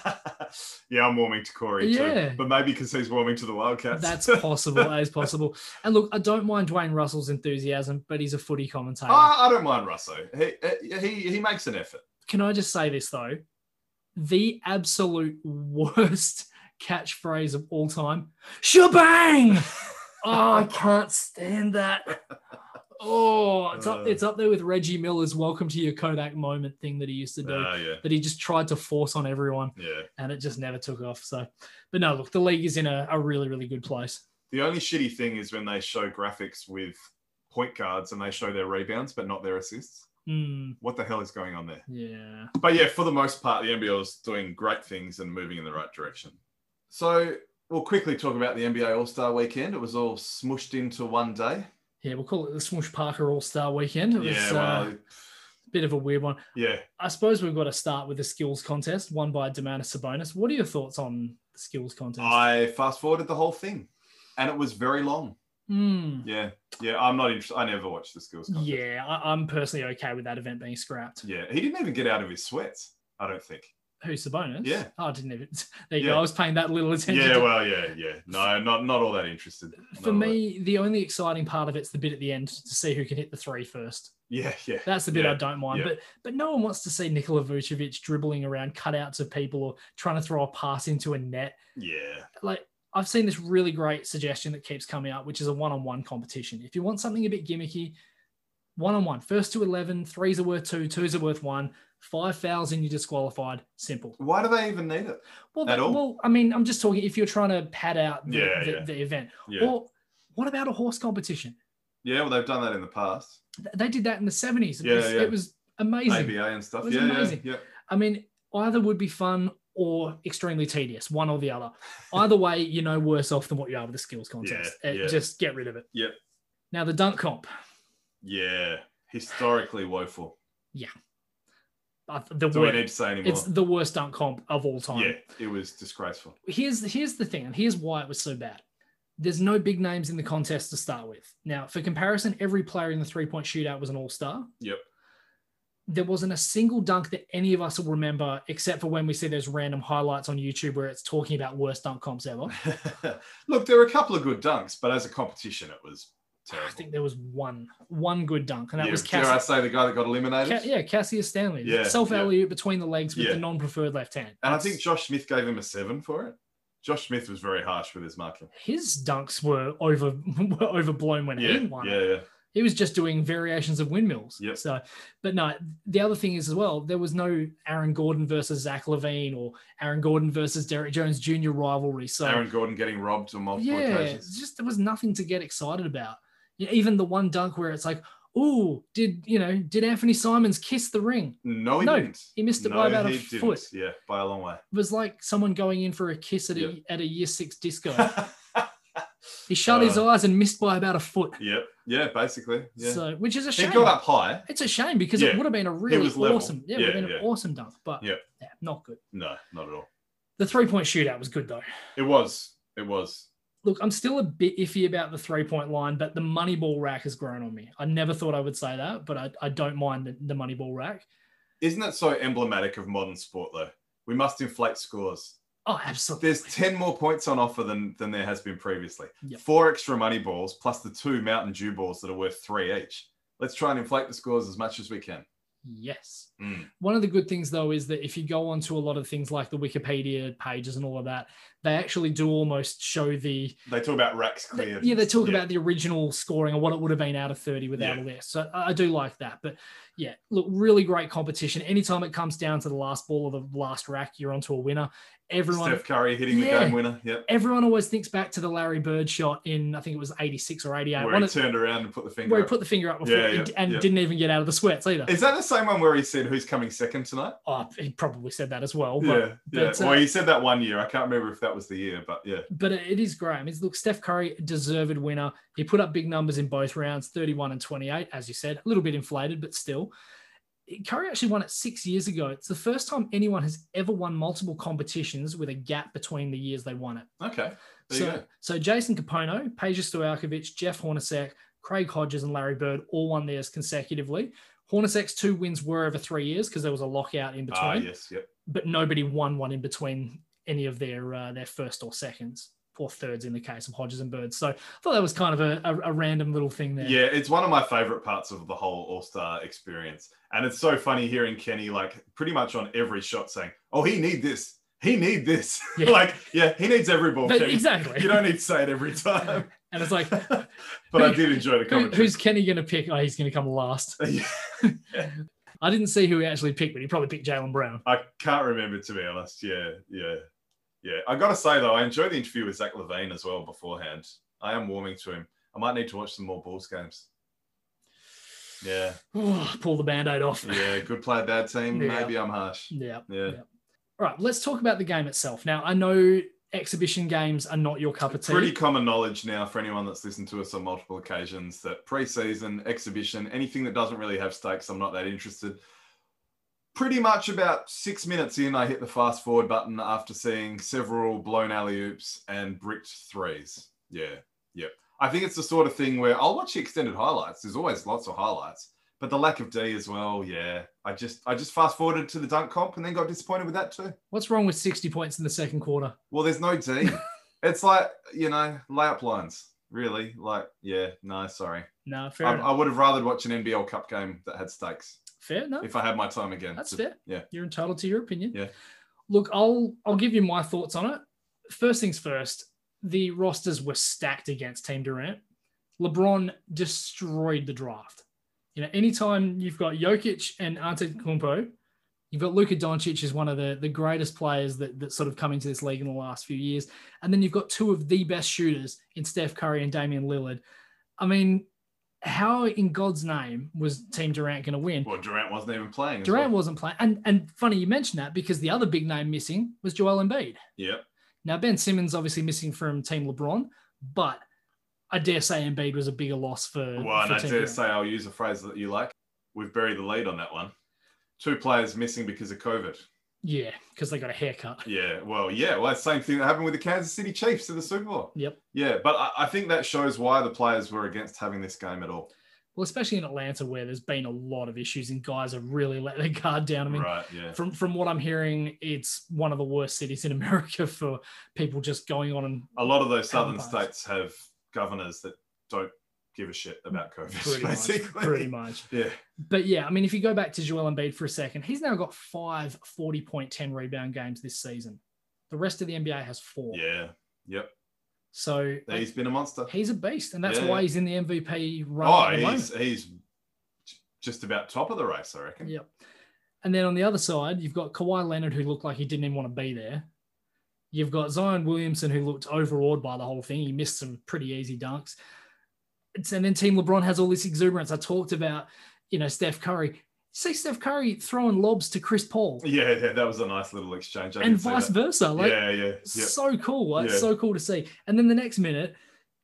Speaker 1: yeah, I'm warming to Corey
Speaker 2: Yeah.
Speaker 1: too, but maybe because he's warming to the Wildcats.
Speaker 2: That's possible. that is possible. And look, I don't mind Dwayne Russell's enthusiasm, but he's a footy commentator.
Speaker 1: I, I don't mind Russo. He he he makes an effort.
Speaker 2: Can I just say this, though? The absolute worst catchphrase of all time shebang! oh, I can't stand that. Oh, it's
Speaker 1: Uh.
Speaker 2: up, it's up there with Reggie Miller's welcome to your Kodak moment thing that he used to do.
Speaker 1: Ah, yeah,
Speaker 2: that he just tried to force on everyone
Speaker 1: yeah.
Speaker 2: and it just never took off. So, but no, look, the league is in a, a really, really good place.
Speaker 1: The only shitty thing is when they show graphics with point guards and they show their rebounds but not their assists.
Speaker 2: Hmm,
Speaker 1: What the hell is going on there?
Speaker 2: yeah.
Speaker 1: But yeah, for the most part, the NBL is doing great things and moving in the right direction. So we'll quickly talk about the NBA All Star Weekend. It was all smushed into one day.
Speaker 2: Yeah, we'll call it the Smush Parker All Star Weekend. It was
Speaker 1: yeah,
Speaker 2: uh,
Speaker 1: well,
Speaker 2: a bit of a weird one.
Speaker 1: yeah.
Speaker 2: I suppose we've got to start with the skills contest won by Demantis Sabonis. What are your thoughts on the skills contest?
Speaker 1: I fast forwarded the whole thing, and it was very long.
Speaker 2: Hmm.
Speaker 1: Yeah, yeah. I'm not interested. I never watched the skills. Contest.
Speaker 2: yeah, I, I'm personally okay with that event being scrapped.
Speaker 1: yeah. He didn't even get out of his sweats. I don't think.
Speaker 2: Who Sabonis?
Speaker 1: Yeah.
Speaker 2: Oh, I didn't even. There you
Speaker 1: Yeah.
Speaker 2: go. I was paying that little attention.
Speaker 1: Yeah,
Speaker 2: to-
Speaker 1: well, yeah, yeah. No, not not all that interested. Not
Speaker 2: For
Speaker 1: all that-
Speaker 2: me, the only exciting part of it's the bit at the end to see who can hit the three first.
Speaker 1: yeah, yeah.
Speaker 2: That's the bit
Speaker 1: Yeah,
Speaker 2: I don't mind.
Speaker 1: yeah.
Speaker 2: But but no one wants to see Nikola Vucevic dribbling around cutouts of people or trying to throw a pass into a net.
Speaker 1: Yeah.
Speaker 2: Like I've seen this really great suggestion that keeps coming up, which is a one-on-one competition. If you want something a bit gimmicky, one-on-one, first to 11, threes are worth two, twos are worth one, five fouls and you're disqualified. Simple.
Speaker 1: Why do they even need it?
Speaker 2: Well,
Speaker 1: At
Speaker 2: that-
Speaker 1: all?
Speaker 2: well, I mean, I'm just talking if you're trying to pad out the,
Speaker 1: Yeah,
Speaker 2: the-
Speaker 1: yeah.
Speaker 2: the event.
Speaker 1: Yeah.
Speaker 2: Or what about a horse competition?
Speaker 1: yeah. Well, they've done that in the past.
Speaker 2: Th- They did that in the 70s. It,
Speaker 1: Yeah,
Speaker 2: was,
Speaker 1: yeah.
Speaker 2: it was amazing.
Speaker 1: ABA and
Speaker 2: It
Speaker 1: stuff.
Speaker 2: was
Speaker 1: Yeah,
Speaker 2: amazing.
Speaker 1: yeah, yeah.
Speaker 2: I mean, either would be fun or extremely tedious, one or the other. Either way, you're no worse off than what you are with the skills contest.
Speaker 1: Yeah,
Speaker 2: Uh,
Speaker 1: yeah.
Speaker 2: Just get rid of it.
Speaker 1: Yep.
Speaker 2: Now, the dunk comp,
Speaker 1: Yeah. Historically woeful.
Speaker 2: uh, the
Speaker 1: Do we
Speaker 2: worst,
Speaker 1: need to say anymore?
Speaker 2: it's the worst dunk comp of all time.
Speaker 1: yeah, it was disgraceful.
Speaker 2: Here's, here's the thing, and here's why it was so bad. There's no big names in the contest to start with. Now, for comparison, every player in the three point shootout was an all star.
Speaker 1: Yep.
Speaker 2: There wasn't a single dunk that any of us will remember, except for when we see those random highlights on YouTube where it's talking about worst dunk comps ever.
Speaker 1: Look, there were a couple of good dunks, but as a competition, it was terrible.
Speaker 2: I think there was one, one good dunk, and that
Speaker 1: yeah,
Speaker 2: was
Speaker 1: dare I
Speaker 2: Cassie.
Speaker 1: say the guy that got eliminated?
Speaker 2: Ca- yeah, Cassius Stanley.
Speaker 1: Yeah,
Speaker 2: Self
Speaker 1: yeah.
Speaker 2: alley between the legs with
Speaker 1: Yeah.
Speaker 2: the non preferred left hand.
Speaker 1: and I
Speaker 2: That's-
Speaker 1: think Josh Smith gave him a seven for it. Josh Smith was very harsh with his marking.
Speaker 2: his dunks were over were overblown when
Speaker 1: Yeah,
Speaker 2: he won.
Speaker 1: yeah, yeah.
Speaker 2: He was just doing variations of windmills.
Speaker 1: Yep.
Speaker 2: So, but no, the other thing is as well, there was no Aaron Gordon versus Zach Levine or Aaron Gordon versus Derek Jones Jr. rivalry. So,
Speaker 1: Aaron Gordon getting robbed on multiple
Speaker 2: yeah,
Speaker 1: occasions.
Speaker 2: it's just there was nothing to get excited about. Yeah, even the one dunk where it's like, oh, did you know, did Anthony Simons kiss the ring?
Speaker 1: No, he
Speaker 2: No,
Speaker 1: didn't.
Speaker 2: he missed it
Speaker 1: no,
Speaker 2: by about a
Speaker 1: he
Speaker 2: foot.
Speaker 1: Didn't. Yeah, by a long way.
Speaker 2: It was like someone going in for a kiss at a
Speaker 1: Yeah.
Speaker 2: at a year six disco. he shut
Speaker 1: Uh,
Speaker 2: his eyes and missed by about a foot.
Speaker 1: yep. Yeah, basically. Yeah.
Speaker 2: So, which is a
Speaker 1: he
Speaker 2: shame.
Speaker 1: got up high.
Speaker 2: It's a shame because
Speaker 1: Yeah.
Speaker 2: it would have been a really
Speaker 1: was level.
Speaker 2: awesome, yeah, it would
Speaker 1: Yeah,
Speaker 2: have been an
Speaker 1: yeah.
Speaker 2: awesome dunk, but
Speaker 1: Yeah.
Speaker 2: yeah, not good.
Speaker 1: No, not at all.
Speaker 2: The three point shootout was good though.
Speaker 1: It was. It was.
Speaker 2: Look, I'm still a bit iffy about the three point line, but the money ball rack has grown on me. I never thought I would say that, but I, I don't mind the, the money ball rack.
Speaker 1: Isn't that so emblematic of modern sport though? We must inflate scores.
Speaker 2: Oh, absolutely.
Speaker 1: There's 10 more points on offer than than there has been previously.
Speaker 2: Yep.
Speaker 1: Four extra money balls plus the two Mountain Dew balls that are worth three each. Let's try and inflate the scores as much as we can.
Speaker 2: Yes.
Speaker 1: Mm.
Speaker 2: One of the good things though is that if you go onto a lot of things like the Wikipedia pages and all of that, they actually do almost show the
Speaker 1: They talk about racks
Speaker 2: They-
Speaker 1: cleared.
Speaker 2: yeah, they talk
Speaker 1: Yeah.
Speaker 2: about the original scoring and what it would have been out of 30 without
Speaker 1: Yeah.
Speaker 2: all this. So I I do like that. But yeah, look, really great competition. Anytime it comes down to the last ball or the last rack, you're onto a winner. Everyone
Speaker 1: Steph Curry hitting the
Speaker 2: Yeah.
Speaker 1: game winner. Yep.
Speaker 2: everyone always thinks back to the Larry Bird shot in I think it was 86 or 88,
Speaker 1: where
Speaker 2: one
Speaker 1: he
Speaker 2: of-
Speaker 1: turned around and put the finger.
Speaker 2: where he
Speaker 1: up.
Speaker 2: put the finger up before
Speaker 1: Yeah, yeah,
Speaker 2: and- and
Speaker 1: yeah.
Speaker 2: didn't even get out of the sweats either.
Speaker 1: Is that the same one where he said who's coming second tonight?
Speaker 2: Oh, he probably said that as well. But
Speaker 1: Yeah, yeah.
Speaker 2: but, uh,
Speaker 1: Well, he said that one year. I can't remember if that was the year, but yeah,
Speaker 2: but it is great. I mean, look, Steph Curry, deserved winner. He put up big numbers in both rounds, 31 and 28, as you said, a little bit inflated, but still. Curry actually won it six years ago. It's the first time anyone has ever won multiple competitions with a gap between the years they won it.
Speaker 1: Okay. There you
Speaker 2: So,
Speaker 1: go.
Speaker 2: so Jason Capono, Peja Stojakovic, Jeff Hornacek, Craig Hodges, and Larry Bird all won theirs consecutively. Hornacek's two wins were over three years because there was a lockout in between,
Speaker 1: Ah, yes. Yep.
Speaker 2: but nobody won one in between any of their uh, their first or seconds or thirds in the case of Hodges and Bird. So I thought that was kind of a, a, a random little thing there.
Speaker 1: Yeah, it's one of my favorite parts of the whole All Star experience, and it's so funny hearing Kenny like pretty much on every shot saying, "Oh, he need this. He need this."
Speaker 2: Yeah.
Speaker 1: like, yeah, he needs every ball.
Speaker 2: But
Speaker 1: Kenny.
Speaker 2: exactly.
Speaker 1: You don't need to say it every time.
Speaker 2: and it's like,
Speaker 1: but I did enjoy the
Speaker 2: who,
Speaker 1: commentary.
Speaker 2: who's Kenny going to pick? Oh, he's going to come last.
Speaker 1: Yeah,
Speaker 2: I didn't see who he actually picked, but he probably picked Jalen Brown.
Speaker 1: I can't remember to be honest. Yeah, yeah, yeah. I gotta say though, I enjoyed the interview with Zach Levine as well beforehand. I am warming to him. I might need to watch some more Bulls games. Yeah,
Speaker 2: pull the band aid off.
Speaker 1: yeah. Good play, bad team.
Speaker 2: Yeah.
Speaker 1: Maybe I'm harsh.
Speaker 2: yeah.
Speaker 1: Yeah.
Speaker 2: All right, let's talk about the game itself. Now, I know exhibition games are not your cup of tea.
Speaker 1: pretty common knowledge now for anyone that's listened to us on multiple occasions that preseason, exhibition, anything that doesn't really have stakes, I'm not that interested. Pretty much about six minutes in, I hit the fast forward button after seeing several blown alley oops and bricked threes. Yeah, yep. I think it's the sort of thing where I'll watch the extended highlights. There's always lots of highlights, but the lack of D as well. Yeah, I just I just fast forwarded to the dunk comp and then got disappointed with that too.
Speaker 2: What's wrong with 60 points in the second quarter?
Speaker 1: Well, there's no D. it's like, you know, layup lines, really. Like, yeah, no, sorry.
Speaker 2: No, fair
Speaker 1: I,
Speaker 2: enough.
Speaker 1: I would have rather watched an NBL Cup game that had stakes
Speaker 2: fair enough.
Speaker 1: if I had my time again.
Speaker 2: That's
Speaker 1: So-
Speaker 2: fair.
Speaker 1: yeah.
Speaker 2: You're entitled to your opinion.
Speaker 1: Yeah.
Speaker 2: Look, I'll I'll give you my thoughts on it. First things first, the rosters were stacked against Team Durant. LeBron destroyed the draft. You know, anytime you've got Jokic and Antetokounmpo, you've got Luka Doncic is one of the, the greatest players that, that sort of come into this league in the last few years. And then you've got two of the best shooters in Steph Curry and Damian Lillard. I mean, how in God's name was Team Durant going to win?
Speaker 1: Well, Durant wasn't even playing. as
Speaker 2: Durant
Speaker 1: well.
Speaker 2: wasn't playing. And and funny you mentioned that because the other big name missing was Joel Embiid.
Speaker 1: Yep.
Speaker 2: Now Ben Simmons obviously missing from Team LeBron, but I dare say Embiid was a bigger loss for.
Speaker 1: Well, and
Speaker 2: for
Speaker 1: I
Speaker 2: Team
Speaker 1: dare
Speaker 2: Durant.
Speaker 1: say I'll use a phrase that you like. We've buried the lead on that one. Two players missing because of COVID.
Speaker 2: Yeah, because they got a haircut.
Speaker 1: Yeah, well, yeah, well, that's the same thing that happened with the Kansas City Chiefs in the Super Bowl.
Speaker 2: Yep.
Speaker 1: Yeah, but I, I think that shows why the players were against having this game at all.
Speaker 2: Well, especially in Atlanta where there's been a lot of issues and guys have really let their guard down. I mean,
Speaker 1: right, yeah.
Speaker 2: from from what I'm hearing, it's one of the worst cities in America for people just going on and
Speaker 1: a lot of those southern
Speaker 2: Counterparts.
Speaker 1: states have governors that don't give a shit about COVID,
Speaker 2: pretty much,
Speaker 1: basically.
Speaker 2: pretty much.
Speaker 1: Yeah,
Speaker 2: But yeah, I mean, if you go back to Joel Embiid for a second, he's now got five 40 point 10 rebound games this season. The rest of the NBA has four.
Speaker 1: yeah,
Speaker 2: So
Speaker 1: he's been a monster.
Speaker 2: he's a beast, and that's
Speaker 1: Yeah.
Speaker 2: why he's in the MVP run.
Speaker 1: Oh,
Speaker 2: at the moment.
Speaker 1: he's he's just about top of the race, I reckon.
Speaker 2: Yep. And then on the other side, you've got Kawhi Leonard, who looked like he didn't even want to be there. You've got Zion Williamson, who looked overawed by the whole thing. He missed some pretty easy dunks. It's, and then Team LeBron has all this exuberance. I talked about, you know, Steph Curry. See Steph Curry throwing lobs to Chris Paul
Speaker 1: Yeah, yeah, that was a nice little exchange. I
Speaker 2: and
Speaker 1: did see
Speaker 2: vice
Speaker 1: that.
Speaker 2: versa. Like,
Speaker 1: yeah, yeah, yeah.
Speaker 2: so cool. Like,
Speaker 1: Yeah.
Speaker 2: so cool to see. And then the next minute,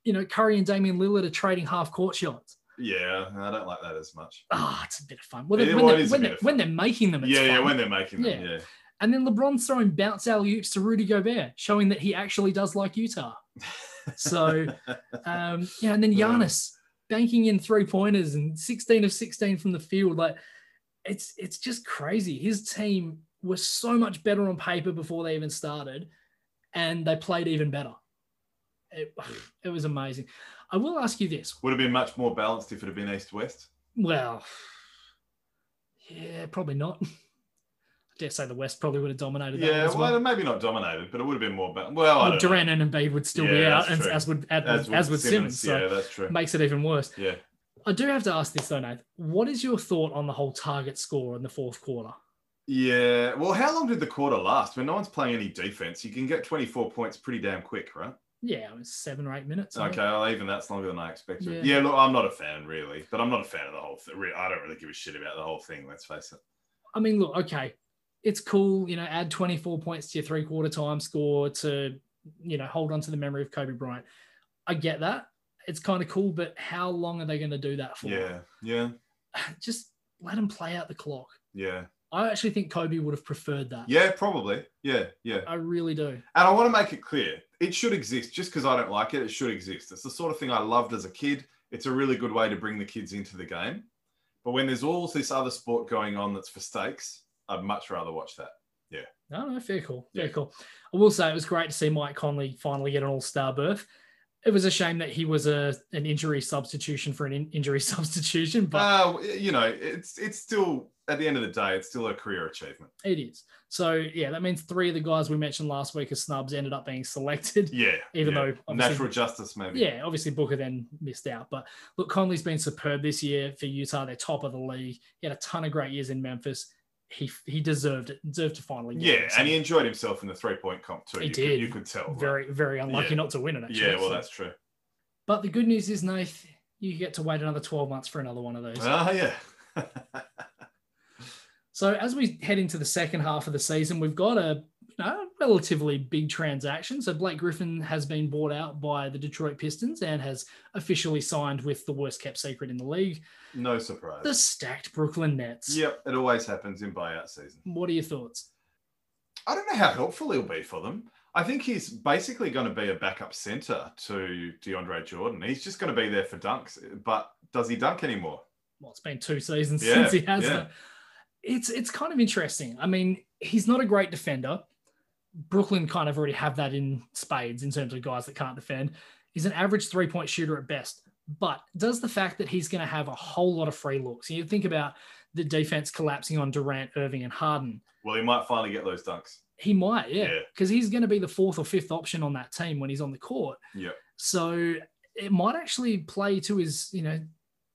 Speaker 2: you know, Curry and Damian Lillard are trading half court shots.
Speaker 1: Yeah, I don't like that as much.
Speaker 2: Ah, it's a bit of fun. Well,
Speaker 1: Yeah,
Speaker 2: they-
Speaker 1: well,
Speaker 2: when,
Speaker 1: it
Speaker 2: they,
Speaker 1: is a
Speaker 2: when,
Speaker 1: bit
Speaker 2: they,
Speaker 1: of fun.
Speaker 2: when they're making them, it's
Speaker 1: yeah, yeah,
Speaker 2: fun.
Speaker 1: when they're making them.
Speaker 2: Yeah.
Speaker 1: Yeah.
Speaker 2: And then LeBron's throwing bounce alley oops to Rudy Gobert, showing that he actually does like Utah. So, um, yeah, and then
Speaker 1: Yeah.
Speaker 2: Giannis banking in three pointers and 16 of 16 from the field. Like, it's it's just crazy. His team was so much better on paper before they even started, and they played even better. It, it was amazing. I will ask you this.
Speaker 1: Would have been much more balanced if it had been east west.
Speaker 2: Well, yeah, probably not. I dare say the West probably would have dominated that
Speaker 1: Yeah,
Speaker 2: one as
Speaker 1: well,
Speaker 2: well.
Speaker 1: maybe not dominated, but it would have been more balanced. Well, I
Speaker 2: Well,
Speaker 1: don't know.
Speaker 2: Duran and Embiid would still be
Speaker 1: Oh, Yeah,
Speaker 2: out,
Speaker 1: that's
Speaker 2: and
Speaker 1: true.
Speaker 2: as would, as, would, as would Simmons.
Speaker 1: yeah,
Speaker 2: so
Speaker 1: that's true.
Speaker 2: makes it even worse.
Speaker 1: Yeah.
Speaker 2: I do have to ask this though, Nath. What is your thought on the whole target score in the fourth quarter?
Speaker 1: Yeah. Well, how long did the quarter last? When no one's playing any defense, you can get 24 points pretty damn quick, right?
Speaker 2: Yeah, it was seven or eight minutes. I think.
Speaker 1: Okay. Well, even that's longer than I expected.
Speaker 2: Oh. Yeah.
Speaker 1: Yeah. look, I'm not a fan, really, but I'm not a fan of the whole thing. I don't really give a shit about the whole thing, let's face it.
Speaker 2: I mean, look, okay, it's cool. You know, add 24 points to your three quarter time score to, you know, hold on to the memory of Kobe Bryant. I get that. It's kind of cool, but how long are they going to do that for?
Speaker 1: Yeah. Yeah.
Speaker 2: Just let him play out the clock.
Speaker 1: Yeah.
Speaker 2: I actually think Kobe would have preferred that.
Speaker 1: Yeah, probably. Yeah, yeah.
Speaker 2: I really do.
Speaker 1: And I want to make it clear it should exist just because I don't like it. It should exist. It's the sort of thing I loved as a kid. It's a really good way to bring the kids into the game. But when there's all this other sport going on that's for stakes, I'd much rather watch that.
Speaker 2: No, no, fair call. Fair
Speaker 1: Yeah.
Speaker 2: call. I will say it was great to see Mike Conley finally get an all star berth. It was a shame that he was a an injury substitution for an in- injury substitution, but
Speaker 1: Uh, you know, it's it's still at the end of the day, it's still a career achievement.
Speaker 2: it is. So yeah, that means three of the guys we mentioned last week as snubs ended up being selected,
Speaker 1: Yeah.
Speaker 2: even
Speaker 1: yeah.
Speaker 2: though obviously
Speaker 1: natural justice, maybe.
Speaker 2: Yeah, obviously Booker then missed out. But look, Conley's been superb this year for Utah. They're top of the league. He had a ton of great years in Memphis. He he deserved it. Deserved to finally. Get
Speaker 1: Yeah,
Speaker 2: it.
Speaker 1: and he enjoyed himself in the three point comp too.
Speaker 2: He
Speaker 1: you
Speaker 2: did.
Speaker 1: Could, you could tell. right?
Speaker 2: very very unlucky
Speaker 1: Yeah.
Speaker 2: not to win it. Actually.
Speaker 1: yeah, well,
Speaker 2: So-
Speaker 1: that's true.
Speaker 2: But the good news is, Nath, you get to wait another twelve months for another one of those.
Speaker 1: Ah, yeah.
Speaker 2: So as we head into the second half of the season, we've got a you know, relatively big transaction. So Blake Griffin has been bought out by the Detroit Pistons and has officially signed with the worst kept secret in the league,
Speaker 1: no surprise.
Speaker 2: the stacked Brooklyn Nets.
Speaker 1: Yep, it always happens in buyout season.
Speaker 2: What are your thoughts?
Speaker 1: I don't know how helpful he'll be for them. I think he's basically going to be a backup center to DeAndre Jordan. He's just going to be there for dunks. But does he dunk anymore?
Speaker 2: Well, it's been two seasons
Speaker 1: Yeah,
Speaker 2: since he has
Speaker 1: yeah.
Speaker 2: it. It's it's kind of interesting. I mean, he's not a great defender. Brooklyn kind of already have that in spades in terms of guys that can't defend. He's an average three point shooter at best. But does the fact that he's going to have a whole lot of free looks? You think about the defense collapsing on Durant, Irving, and Harden.
Speaker 1: Well, he might finally get those dunks.
Speaker 2: He might, yeah,
Speaker 1: Yeah.
Speaker 2: because he's going to be the fourth or fifth option on that team when he's on the court.
Speaker 1: Yeah.
Speaker 2: So it might actually play to his, you know,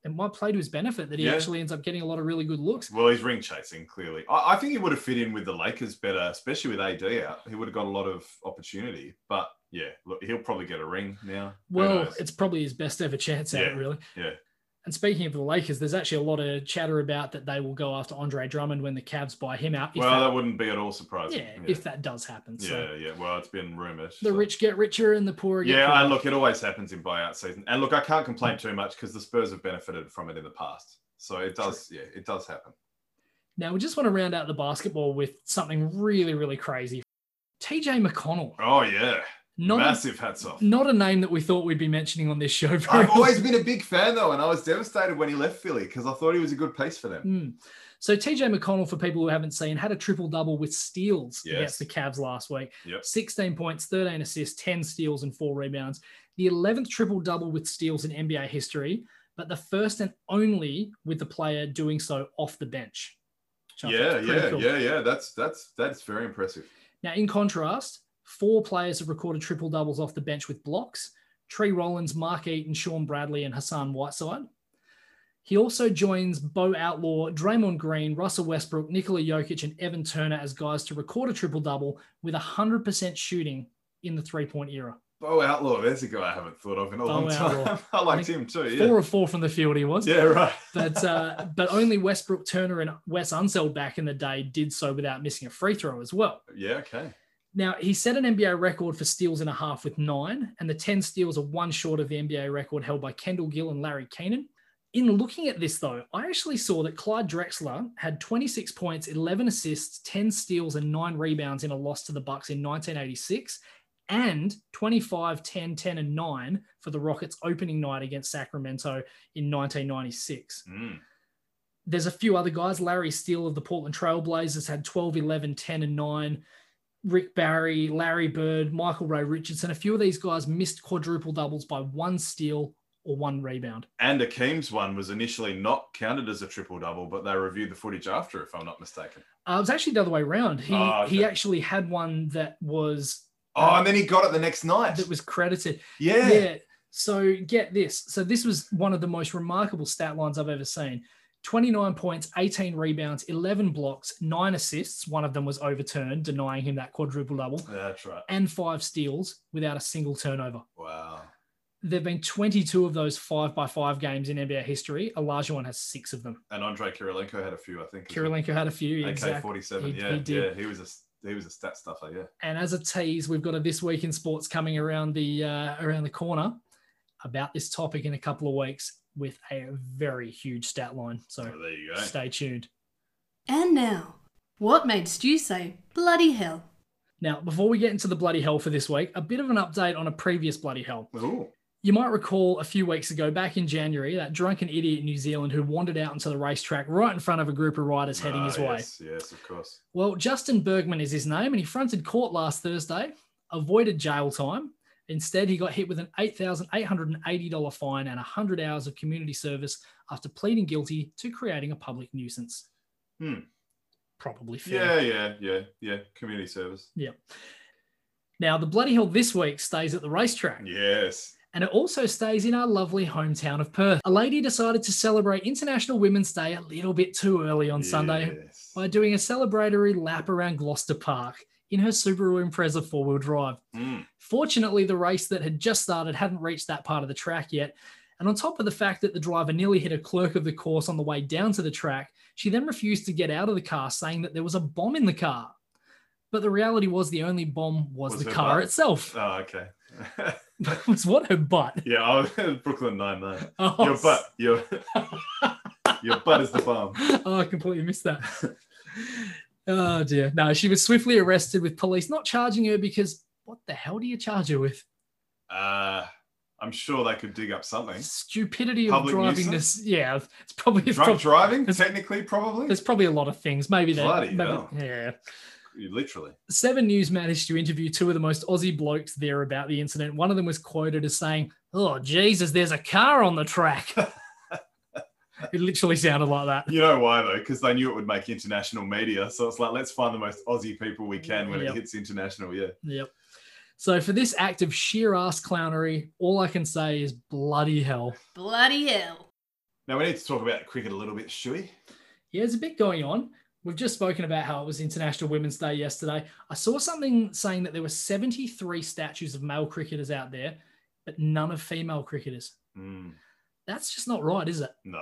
Speaker 2: it might play to his benefit that he
Speaker 1: Yeah.
Speaker 2: actually ends up getting a lot of really good looks.
Speaker 1: Well, he's ring chasing, clearly. I, I think he would have fit in with the Lakers better, especially with AD out. He would have got a lot of opportunity. But yeah, look, he'll probably get a ring now. Who
Speaker 2: Well,
Speaker 1: knows?
Speaker 2: it's probably his best ever chance at
Speaker 1: Yeah,
Speaker 2: it, really.
Speaker 1: yeah.
Speaker 2: And speaking of the Lakers, there's actually a lot of chatter about that they will go after Andre Drummond when the Cavs buy him out. If
Speaker 1: well,
Speaker 2: that,
Speaker 1: that wouldn't be at all surprising.
Speaker 2: yeah, if that does happen. So
Speaker 1: yeah, yeah. Well, it's been rumored.
Speaker 2: the rich get richer and the poor get
Speaker 1: Yeah,
Speaker 2: poorer.
Speaker 1: and look, it always happens in buyout season. And look, I can't complain too much because the Spurs have benefited from it in the past. So it does, yeah, it does happen.
Speaker 2: Now we just want to round out the basketball with something really, really crazy. TJ McConnell.
Speaker 1: Oh yeah,
Speaker 2: Not a
Speaker 1: massive hats off.
Speaker 2: not a name that we thought we'd be mentioning on this show. very
Speaker 1: I've always been a big fan though, and I was devastated when he left Philly because I thought he was a good piece for them.
Speaker 2: Mm. So TJ McConnell, for people who haven't seen, had a triple double with steals
Speaker 1: Yes.
Speaker 2: against the Cavs last week.
Speaker 1: Yep.
Speaker 2: 16 points, 13 assists, 10 steals, and four rebounds. The 11th triple double with steals in NBA history, but the first and only with the player doing so off the bench. which I thought
Speaker 1: Yeah,
Speaker 2: was pretty
Speaker 1: yeah,
Speaker 2: cool.
Speaker 1: yeah, yeah. That's that's that's very impressive.
Speaker 2: Now, in contrast, four players have recorded triple doubles off the bench with blocks Trey Rollins, Mark Eaton, Sean Bradley, and Hassan Whiteside. He also joins Bo Outlaw, Draymond Green, Russell Westbrook, Nikola Jokic, and Evan Turner as guys to record a triple double with 100% shooting in the three point era.
Speaker 1: Bo Outlaw, there's a guy I haven't thought of in a
Speaker 2: Bo
Speaker 1: long
Speaker 2: Outlaw.
Speaker 1: time. I liked him too. Yeah,
Speaker 2: Four of four from the field, he was.
Speaker 1: yeah, right.
Speaker 2: But, uh, but only Westbrook, Turner, and Wes Unseld back in the day did so without missing a free throw as well.
Speaker 1: Yeah, okay.
Speaker 2: Now, he set an NBA record for steals and a half with nine, and the 10 steals are one short of the NBA record held by Kendall Gill and Larry Keenan. In looking at this, though, I actually saw that Clyde Drexler had 26 points, 11 assists, 10 steals, and nine rebounds in a loss to the Bucks in 1986, and 25, 10, 10, and 9 for the Rockets' opening night against Sacramento in 1996
Speaker 1: Mm.
Speaker 2: there's a few other guys. Larry Steele of the Portland Trailblazers had 12, 11, 10, and 9. Rick Barry, Larry Bird, Michael Ray Richardson. A few of these guys missed quadruple doubles by one steal or one rebound.
Speaker 1: And Akeem's one was initially not counted as a triple double, but they reviewed the footage after, if I'm not mistaken.
Speaker 2: Uh, it was actually the other way around. He,
Speaker 1: Oh, okay.
Speaker 2: he actually had one that was
Speaker 1: Oh, and then he got it the next night.
Speaker 2: that was credited.
Speaker 1: yeah.
Speaker 2: So get this. So this was one of the most remarkable stat lines I've ever seen. 29 points, 18 rebounds, 11 blocks, nine assists. One of them was overturned, denying him that quadruple double.
Speaker 1: That's right.
Speaker 2: and five steals without a single turnover.
Speaker 1: Wow.
Speaker 2: There have been 22 of those five by five games in NBA history. Olajuwon has six of them.
Speaker 1: And Andre Kirilenko had a few, I think. as well.
Speaker 2: Kirilenko had a few.
Speaker 1: AK
Speaker 2: Exactly.
Speaker 1: forty seven.
Speaker 2: He-
Speaker 1: Yeah,
Speaker 2: he did.
Speaker 1: yeah. He was a he was a stat stuffer. Yeah.
Speaker 2: And as a tease, we've got a this week in sports coming around the uh, around the corner about this topic in a couple of weeks. with a very huge stat line. So
Speaker 1: Oh, there you go.
Speaker 2: stay tuned.
Speaker 3: And now, what made Stu say, bloody hell?
Speaker 2: Now, before we get into the bloody hell for this week, a bit of an update on a previous bloody hell.
Speaker 1: Ooh.
Speaker 2: You might recall a few weeks ago, back in January, that drunken idiot in New Zealand who wandered out into the racetrack right in front of a group of riders heading
Speaker 1: Ah,
Speaker 2: his way.
Speaker 1: Yes, yes, of course.
Speaker 2: Well, Justin Bergman is his name, and he fronted court last Thursday, avoided jail time. Instead, he got hit with an $8,880 fine and 100 hours of community service after pleading guilty to creating a public nuisance.
Speaker 1: Hmm.
Speaker 2: Probably
Speaker 1: Yeah,
Speaker 2: fair.
Speaker 1: yeah, yeah, yeah. Community service.
Speaker 2: Now, the bloody hell this week stays at the racetrack.
Speaker 1: Yes.
Speaker 2: And it also stays in our lovely hometown of Perth. A lady decided to celebrate International Women's Day a little bit too early on Sunday
Speaker 1: Yes.
Speaker 2: by doing a celebratory lap around Gloucester Park in her Subaru Impreza four wheel drive.
Speaker 1: Mm.
Speaker 2: Fortunately, the race that had just started hadn't reached that part of the track yet. And on top of the fact that the driver nearly hit a clerk of the course on the way down to the track, she then refused to get out of the car, saying that there was a bomb in the car. But the reality was the only bomb was,
Speaker 1: Was
Speaker 2: the
Speaker 1: her
Speaker 2: car
Speaker 1: butt.
Speaker 2: itself.
Speaker 1: Oh, okay.
Speaker 2: it was what her butt.
Speaker 1: yeah, I was Brooklyn Nine Nine.
Speaker 2: Oh,
Speaker 1: Your butt, your your butt is the bomb.
Speaker 2: oh, I completely missed that. oh dear. No, she was swiftly arrested with police not charging her because what the hell do you charge her with?
Speaker 1: Uh, I'm sure they could dig up something.
Speaker 2: Stupidity
Speaker 1: Public
Speaker 2: of driving
Speaker 1: nuisance?
Speaker 2: this. Yeah, it's probably it's
Speaker 1: Drunk
Speaker 2: prob-
Speaker 1: driving,
Speaker 2: it's-
Speaker 1: technically, probably.
Speaker 2: There's probably a lot of things. Maybe they.
Speaker 1: Bloody
Speaker 2: maybe-
Speaker 1: hell.
Speaker 2: yeah.
Speaker 1: Literally.
Speaker 2: Seven News managed to interview two of the most Aussie blokes there about the incident. One of them was quoted as saying, "Oh Jesus, there's a car on the track." it literally sounded like that.
Speaker 1: You know why though? Because they knew it would make international media. So it's like, let's find the most Aussie people we can when
Speaker 2: Yep.
Speaker 1: it hits international. Yeah.
Speaker 2: Yep. So for this act of sheer ass clownery, all I can say is bloody hell.
Speaker 3: Bloody hell.
Speaker 1: Now we need to talk about cricket a little bit, should we?
Speaker 2: Yeah, there's a bit going on. We've just spoken about how it was International Women's Day yesterday. I saw something saying that there were 73 statues of male cricketers out there, but none of female cricketers.
Speaker 1: Mm,
Speaker 2: That's just not right, is it?
Speaker 1: no.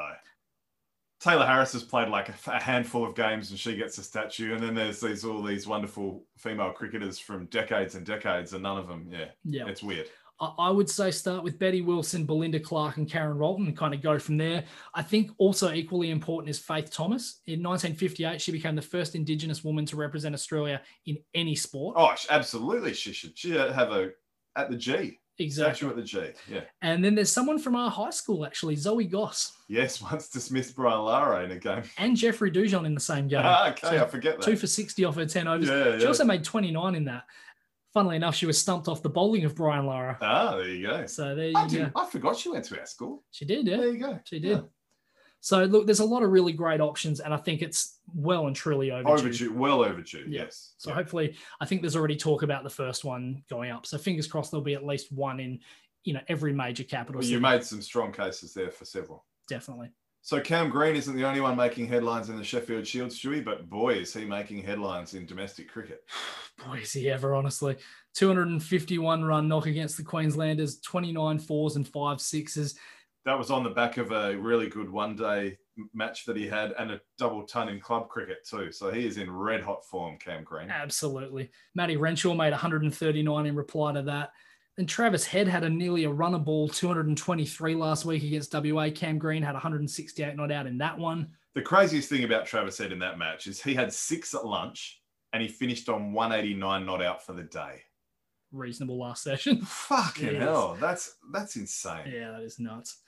Speaker 1: Taylor Harris has played like a, a handful of games and she gets a statue. And then there's these all these wonderful female cricketers from decades and decades, and none of them. Yeah,
Speaker 2: Yeah.
Speaker 1: it's weird.
Speaker 2: I I would say start with Betty Wilson, Belinda Clark, and Karen Rolton and kind of go from there. I think also equally important is Faith Thomas. In 1958, she became the first Indigenous woman to represent Australia in any sport.
Speaker 1: Oh, sh- absolutely. She should. She uh, have a at the G statue at the G. Yeah.
Speaker 2: And then there's someone from our high school, actually, Zoe Goss
Speaker 1: Yes, once dismissed Brian Lara in a game.
Speaker 2: and Jeffrey Dujon in the same game.
Speaker 1: Ah, okay,
Speaker 2: So
Speaker 1: I forget that.
Speaker 2: Two for 60 off her 10 overs.
Speaker 1: yeah, yeah.
Speaker 2: She also made 29 in that. Funnily enough, she was stumped off the bowling of Brian Lara.
Speaker 1: ah, there you go.
Speaker 2: So there you
Speaker 1: I,
Speaker 2: go.
Speaker 1: didn't, I forgot she went to our school.
Speaker 2: She did, yeah.
Speaker 1: There you go.
Speaker 2: She did. So look, there's a lot of really great options, and I think it's well and truly
Speaker 1: Yeah.
Speaker 2: overdue.
Speaker 1: Overdue, well overdue.
Speaker 2: Yeah.
Speaker 1: Yes.
Speaker 2: So hopefully, I think there's already talk about the first one going up. So fingers crossed, there'll be at least one in, you know, every major capital
Speaker 1: Well,
Speaker 2: city.
Speaker 1: you made some strong cases there for several.
Speaker 2: Definitely.
Speaker 1: So Cam Green isn't the only one making headlines in the Sheffield Shield, Stewie, but boy, is he making headlines in domestic cricket.
Speaker 2: Boy, is he ever, honestly. 251 run knock against the Queenslanders, 29 fours and five sixes.
Speaker 1: That was on the back of a really good one-day m- match that he had, and a double ton in club cricket too. So he is in red hot form, Cam Green.
Speaker 2: Absolutely. Matty Renshaw made 139 in reply to that. Then Travis Head had a nearly a runner ball 223 last week against WA. Cam Green had 168 not out in that one.
Speaker 1: The craziest thing about Travis Head in that match is he had six at lunch, and he finished on 189 not out for the day.
Speaker 2: Reasonable last session.
Speaker 1: Fucking
Speaker 2: Jeez.
Speaker 1: hell, that's that's insane.
Speaker 2: Yeah, that is nuts.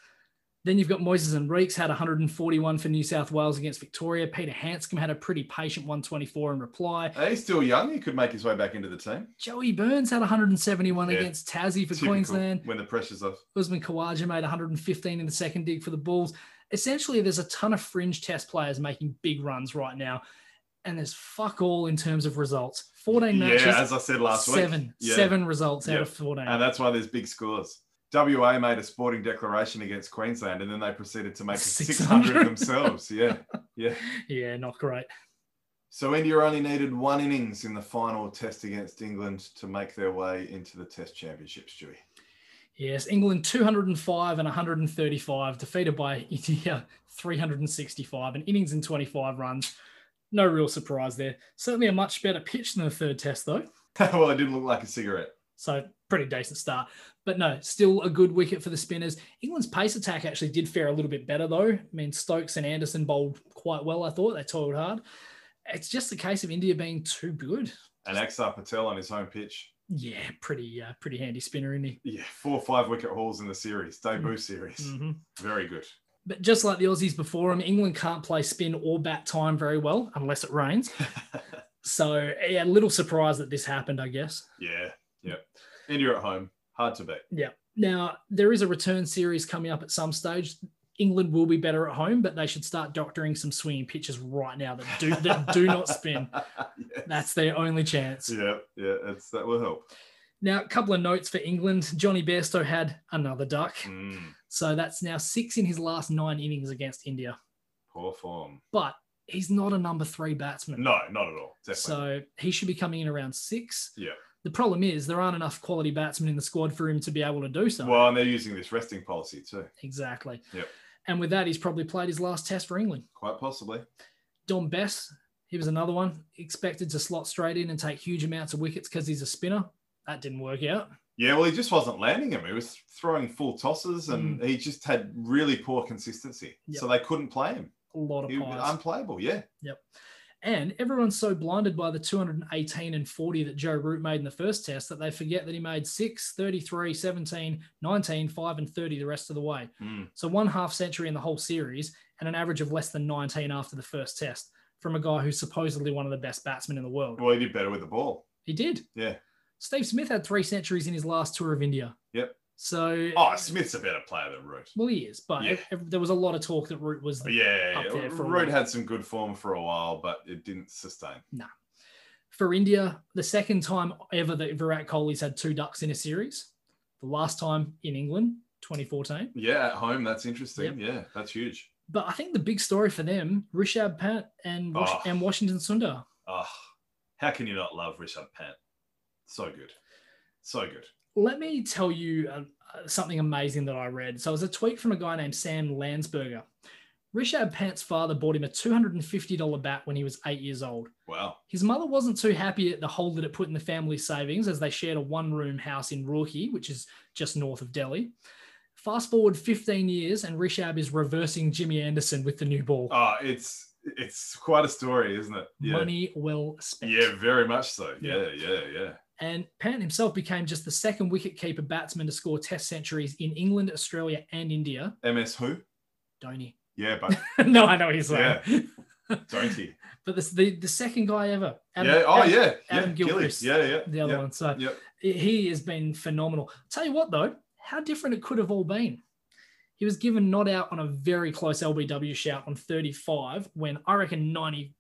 Speaker 2: Then you've got Moises and Reeks had 141 for New South Wales against Victoria. Peter Hanscom had a pretty patient 124 in reply.
Speaker 1: He's still young. He could make his way back into the team.
Speaker 2: Joey Burns had 171
Speaker 1: Yeah.
Speaker 2: against Tassie for
Speaker 1: Typical,
Speaker 2: Queensland.
Speaker 1: When the pressure's off.
Speaker 2: Usman Khawaja made 115 in the second dig for the Bulls. Essentially, there's a ton of fringe test players making big runs right now, and there's fuck all in terms of results. 14 matches,
Speaker 1: Yeah, as I said last
Speaker 2: seven,
Speaker 1: week. Yeah.
Speaker 2: seven results out
Speaker 1: Yeah. Um,
Speaker 2: of 14.
Speaker 1: And that's why there's big scores. WA made a sporting declaration against Queensland and then they proceeded to make a
Speaker 2: 600.
Speaker 1: 600 themselves. Yeah. Yeah.
Speaker 2: yeah, not great.
Speaker 1: So India only needed one innings in the final test against England to make their way into the test championship, Stewie.
Speaker 2: Yes, England 205 and 135, defeated by India 365, an innings and 25 runs. No real surprise there. Certainly a much better pitch than the third test, though.
Speaker 1: well, it didn't look like a cigarette.
Speaker 2: So pretty decent start. But no, still a good wicket for the spinners. England's pace attack actually did fare a little bit better though. I mean, Stokes and Anderson bowled quite well, I thought. They toiled hard. It's just a case of India being too good.
Speaker 1: And Axar Patel on his home pitch.
Speaker 2: Yeah, pretty uh, pretty handy spinner, isn't he?
Speaker 1: Yeah, four or five wicket hauls in the series, debut series.
Speaker 2: Mhm.
Speaker 1: Very good.
Speaker 2: But just like the Aussies before him, England can't play spin or bat time very well unless it rains. So yeah, a little surprised that this happened, I guess.
Speaker 1: yeah, yep. And you're at home. Hard to beat.
Speaker 2: Now, there is a return series coming up at some stage. England will be better at home, but they should start doctoring some swinging pitches right now that do that do not spin.
Speaker 1: yes.
Speaker 2: That's their only chance.
Speaker 1: yeah, yeah, it's, that will help.
Speaker 2: Now, a couple of notes for England. Johnny Bairstow had another duck.
Speaker 1: Mm,
Speaker 2: So that's now six in his last nine innings against India.
Speaker 1: poor form.
Speaker 2: But he's not a number three batsman.
Speaker 1: No, not at all. Definitely.
Speaker 2: so he should be coming in around six.
Speaker 1: Yeah.
Speaker 2: The problem is there aren't enough quality batsmen in the squad for him to be able to do so.
Speaker 1: Well, and they're using this resting policy too,
Speaker 2: Exactly.
Speaker 1: Yep.
Speaker 2: And with that, he's probably played his last test for England.
Speaker 1: quite possibly.
Speaker 2: Don Bess, he was another one expected to slot straight in and take huge amounts of wickets because he's a spinner. That didn't work out.
Speaker 1: Yeah, well, he just wasn't landing him. He was throwing full tosses, and he just had really poor consistency.
Speaker 2: Mm. Yep.
Speaker 1: So they couldn't play him.
Speaker 2: A lot of
Speaker 1: He was
Speaker 2: pies.
Speaker 1: unplayable. Yeah,
Speaker 2: and everyone's so blinded by the 218 and 40 that Joe Root made in the first test that they forget that he made 6, 33, 17, 19, 5, and 30 the rest of the way.
Speaker 1: Mm,
Speaker 2: So one half century in the whole series and an average of less than 19 after the first test from a guy who's supposedly one of the best batsmen in the world.
Speaker 1: well, he did better with the ball.
Speaker 2: He did.
Speaker 1: Yeah.
Speaker 2: Steve Smith had three centuries in his last tour of India.
Speaker 1: Yep.
Speaker 2: So
Speaker 1: Oh, Smith's a better player than Root.
Speaker 2: Well, he is, but
Speaker 1: Yeah. Oh,
Speaker 2: ev- there was a lot of talk that Root was.
Speaker 1: Yeah,
Speaker 2: The,
Speaker 1: yeah,
Speaker 2: Up
Speaker 1: yeah.
Speaker 2: there for a
Speaker 1: Root
Speaker 2: while.
Speaker 1: had some good form for a while, but it didn't sustain.
Speaker 2: For India, the second time ever that Virat Kohli's had two ducks in a series, the last time in England, 2014.
Speaker 1: Yeah, at home, that's interesting. Yeah, that's huge.
Speaker 2: But I think the big story for them, Rishabh Pant and, Wash-
Speaker 1: Oh.
Speaker 2: and Washington Sundar.
Speaker 1: Oh, how can you not love Rishabh Pant? So good. So good.
Speaker 2: Let me tell you uh, uh, something amazing that I read. So it was a tweet from a guy named Sam Landsberger. Rishabh Pant's father bought him a $250 bat when he was eight years old.
Speaker 1: Wow.
Speaker 2: His mother wasn't too happy at the hole that it put in the family savings as they shared a one room house in Roorkee, which is just north of Delhi. Fast forward 15 years, and Rishab is reversing Jimmy Anderson with the new ball.
Speaker 1: Oh, it's it's quite a story, isn't it? Yeah.
Speaker 2: Money well spent.
Speaker 1: Yeah, very much so. Yeah,
Speaker 2: Yeah.
Speaker 1: yeah, yeah.
Speaker 2: And Pant himself became just the second wicketkeeper batsman to score test centuries in England, Australia, and India.
Speaker 1: MS who?
Speaker 2: Donny.
Speaker 1: Yeah, but
Speaker 2: no, I know he's right.
Speaker 1: don't he?
Speaker 2: But this, the, the second guy ever. Adam-
Speaker 1: yeah. Oh,
Speaker 2: Adam-
Speaker 1: yeah.
Speaker 2: Adam
Speaker 1: yeah. Gillies.
Speaker 2: Gilchrist,
Speaker 1: Yeah, yeah.
Speaker 2: The other
Speaker 1: yeah.
Speaker 2: one. So
Speaker 1: Yep.
Speaker 2: he has been phenomenal. Tell you what, though, how different it could have all been. He was given not out on a very close LBW shout on 35 when I reckon 95%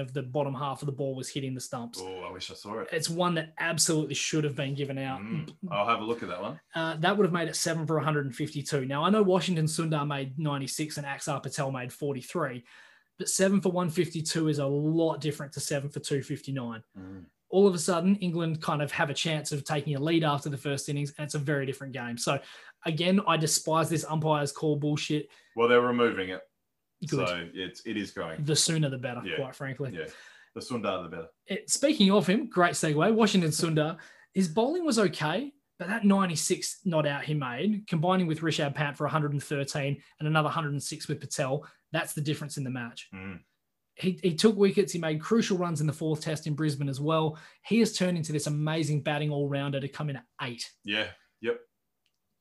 Speaker 2: of the bottom half of the ball was hitting the stumps.
Speaker 1: Oh, I wish I saw it.
Speaker 2: It's one that absolutely should have been given out.
Speaker 1: Mm, I'll have a look at that one.
Speaker 2: Uh, that would have made it seven for 152. Now, I know Washington Sundar made 96 and Axar Patel made 43, but seven for 152 is a lot different to seven for 259
Speaker 1: Mm.
Speaker 2: all of a sudden England kind of have a chance of taking a lead after the first innings, and it's a very different game. So again, I despise this umpire's call bullshit.
Speaker 1: Well, they're removing it,
Speaker 2: Good.
Speaker 1: so it's it is going.
Speaker 2: the sooner the better,
Speaker 1: Yeah.
Speaker 2: quite frankly.
Speaker 1: Yeah, the Sundar the better.
Speaker 2: It- speaking of him, great segue. Washington Sundar, his bowling was okay, but that 96 not out he made, combining with Rishabh Pant for 113 and another 106 with Patel, that's the difference in the match.
Speaker 1: Mm.
Speaker 2: he, he took wickets. He made crucial runs in the fourth test in Brisbane as well. He has turned into this amazing batting all rounder to come in at eight.
Speaker 1: Yeah.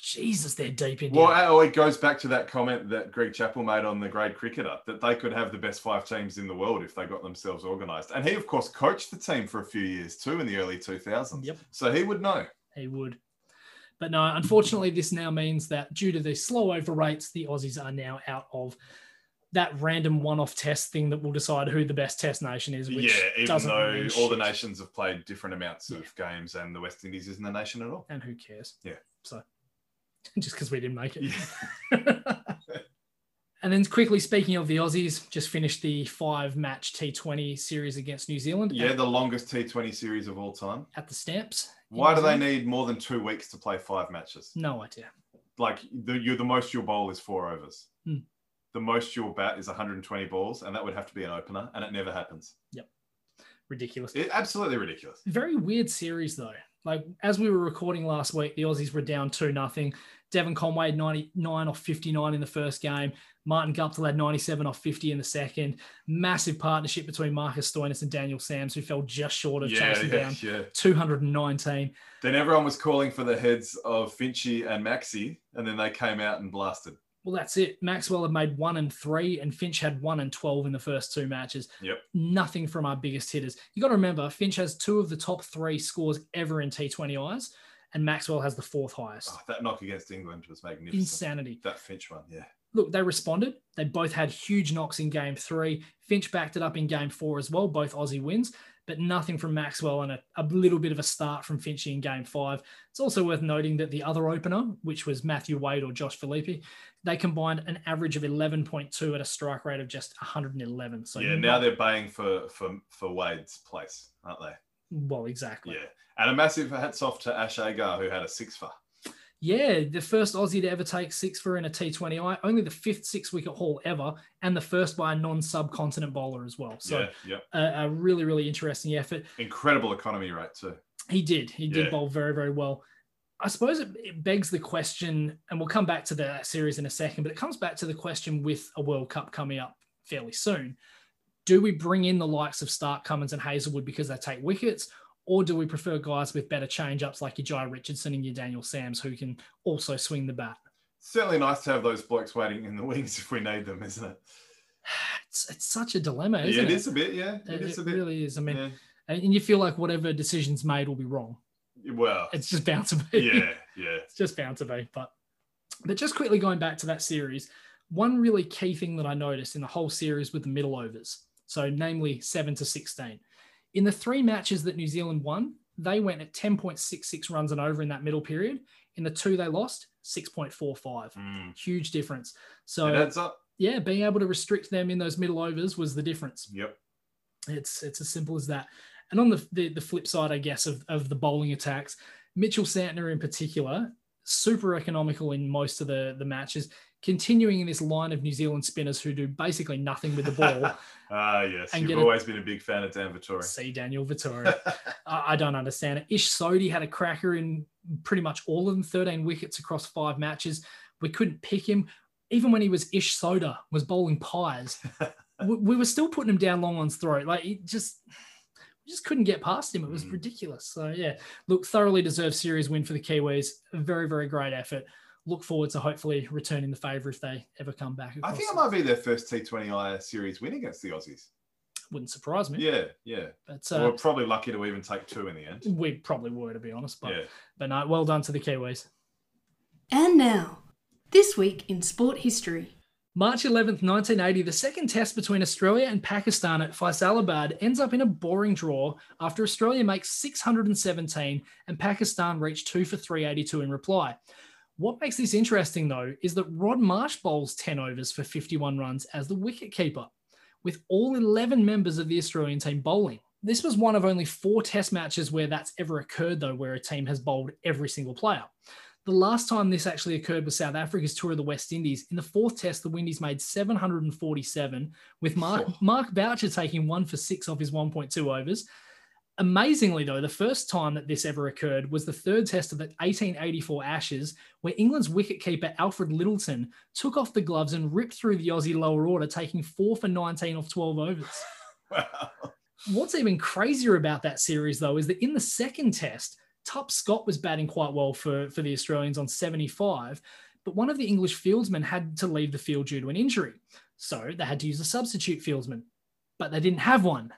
Speaker 2: Jesus, they're deep in.
Speaker 1: Well, oh, it goes back to that comment that Greg Chappell made on the Great Cricketer that they could have the best five teams in the world if they got themselves organised. And he, of course, coached the team for a few years too in the early 2000s.
Speaker 2: Yep.
Speaker 1: So he would know.
Speaker 2: he would. But no, unfortunately, this now means that due to the slow over rates, the Aussies are now out of that random one-off test thing that will decide who the best test nation is. Which
Speaker 1: yeah, even
Speaker 2: doesn't
Speaker 1: though
Speaker 2: mean
Speaker 1: all the
Speaker 2: shit.
Speaker 1: nations have played different amounts of games and the West Indies isn't a nation at all.
Speaker 2: and who cares?
Speaker 1: Yeah.
Speaker 2: So just because we didn't make it.
Speaker 1: Yeah.
Speaker 2: and then quickly speaking of the Aussies, just finished the five-match T20 series against New Zealand.
Speaker 1: Yeah,
Speaker 2: at,
Speaker 1: the longest T20 series of all time.
Speaker 2: at the Stamps. in
Speaker 1: Why
Speaker 2: New
Speaker 1: do they
Speaker 2: Zealand.
Speaker 1: need more than two weeks to play five matches?
Speaker 2: No idea.
Speaker 1: Like the, you, the most you'll bowl is four overs.
Speaker 2: Hmm.
Speaker 1: The most you'll bat is 120 balls, and that would have to be an opener, and it never happens.
Speaker 2: Ridiculous.
Speaker 1: It, absolutely ridiculous.
Speaker 2: Very weird series though. Like as we were recording last week, the Aussies were down two nothing. Devon Conway had 99 off 59 in the first game. Martin Guptill had 97 off 50 in the second. Massive partnership between Marcus Stoinis and Daniel Sams, who fell just short of
Speaker 1: Yeah,
Speaker 2: chasing
Speaker 1: yeah,
Speaker 2: down
Speaker 1: yeah.
Speaker 2: 219.
Speaker 1: Then everyone was calling for the heads of Finchie and Maxi, and then they came out and blasted. Oh,
Speaker 2: Well, that's it. Maxwell had made one and three, and Finch had one and 12 in the first two matches.
Speaker 1: Yep.
Speaker 2: Nothing from our biggest hitters. You got to remember, Finch has two of the top three scores ever in T20Is, and Maxwell has the fourth highest.
Speaker 1: Oh, that knock against England was magnificent.
Speaker 2: Insanity.
Speaker 1: That Finch one, yeah.
Speaker 2: Look, they responded. They both had huge knocks in game three. Finch backed it up in game four as well, both Aussie wins, but nothing from Maxwell and a, a little bit of a start from Finchy in game five. It's also worth noting that the other opener, which was Matthew Wade or Josh Filippi, they combined an average of 11.2 at a strike rate of just 111. So,
Speaker 1: yeah, now they're baying for for for Wade's place, aren't they?
Speaker 2: well, exactly.
Speaker 1: Yeah. And a massive hats off to Ash Agar, who had a six for.
Speaker 2: Yeah, the first Aussie to ever take six for in a T20I, only the fifth six wicket haul ever, and the first by a non subcontinent bowler as well. So,
Speaker 1: yeah, yeah.
Speaker 2: a, a really, really interesting effort.
Speaker 1: Incredible economy rate too.
Speaker 2: He did. He did
Speaker 1: Yeah.
Speaker 2: bowl very, very well. I suppose it, it begs the question, and we'll come back to that series in a second, but it comes back to the question with a World Cup coming up fairly soon. Do we bring in the likes of Stark, Cummins, and Hazelwood because they take wickets? Or do we prefer guys with better change ups like your Jai Richardson and your Daniel Sams who can also swing the bat?
Speaker 1: Certainly nice to have those blokes waiting in the wings if we need them, isn't it?
Speaker 2: It's, it's such a dilemma,
Speaker 1: yeah,
Speaker 2: isn't
Speaker 1: it is a bit. Yeah, it
Speaker 2: It,
Speaker 1: is a
Speaker 2: it
Speaker 1: bit.
Speaker 2: really is. I mean,
Speaker 1: yeah.
Speaker 2: and and you feel like whatever decision's made will be wrong.
Speaker 1: Well,
Speaker 2: It's just bound to be.
Speaker 1: yeah, yeah.
Speaker 2: it's just bound to be. But but just quickly going back to that series, one really key thing that I noticed in the whole series with the middle overs, so namely seven to sixteen, in the three matches that New Zealand won, they went at ten point six six runs and over in that middle period. In the two they lost, six point four five.
Speaker 1: Mm.
Speaker 2: Huge difference.
Speaker 1: It
Speaker 2: So
Speaker 1: adds up.
Speaker 2: yeah, being able to restrict them in those middle overs was the difference
Speaker 1: Yep.
Speaker 2: it's it's as simple as that. And on the the, the flip side, I guess, of, of the bowling attacks, Mitchell Santner in particular, super economical in most of the, the matches, continuing in this line of New Zealand spinners who do basically nothing with the ball.
Speaker 1: Ah, yes.
Speaker 2: And
Speaker 1: You've
Speaker 2: get a-
Speaker 1: always been a big fan of Dan Vittori.
Speaker 2: See Daniel Vittoria. I, I don't understand it. Ish Sodi had a cracker in pretty much all of them, 13 wickets across five matches. We couldn't pick him. Even when he was Ish Soda, was bowling pies, we, we were still putting him down long on's throat. Like it just, we just couldn't get past him. It was
Speaker 1: Mm.
Speaker 2: ridiculous. So yeah, look, thoroughly deserved series win for the Kiwis. A very, very great effort. Look forward to hopefully returning the favour if they ever come back.
Speaker 1: I
Speaker 2: across
Speaker 1: think it
Speaker 2: the-
Speaker 1: might be their first T20I series win against the Aussies.
Speaker 2: wouldn't surprise me.
Speaker 1: Yeah, yeah.
Speaker 2: But
Speaker 1: We're
Speaker 2: uh,
Speaker 1: probably lucky to even take two in the end.
Speaker 2: we probably were, to be honest. But
Speaker 1: Yeah.
Speaker 2: but no, well done to the Kiwis.
Speaker 3: And now, this week in sport history.
Speaker 2: March 11th, 1980, the second test between Australia and Pakistan at Faisalabad ends up in a boring draw after Australia makes 617 and Pakistan reach 2 for 382 in reply. What makes this interesting, though, is that Rod Marsh bowls 10 overs for 51 runs as the wicketkeeper, with all 11 members of the Australian team bowling. This was one of only four test matches where that's ever occurred, though, where a team has bowled every single player. The last time this actually occurred was South Africa's tour of the West Indies. In the fourth test, the Windies made 747, with Mark,
Speaker 1: Oh.
Speaker 2: Mark Boucher taking one for six off his 1.2 overs. Amazingly, though, the first time that this ever occurred was the third test of the 1884 Ashes, where England's wicketkeeper Alfred Littleton took off the gloves and ripped through the Aussie lower order, taking four for 19 off 12 overs.
Speaker 1: Wow.
Speaker 2: What's even crazier about that series, though, is that in the second test, Tup Scott was batting quite well for, for the Australians on 75, but one of the English fieldsmen had to leave the field due to an injury. So they had to use a substitute fieldsman, but they didn't have one.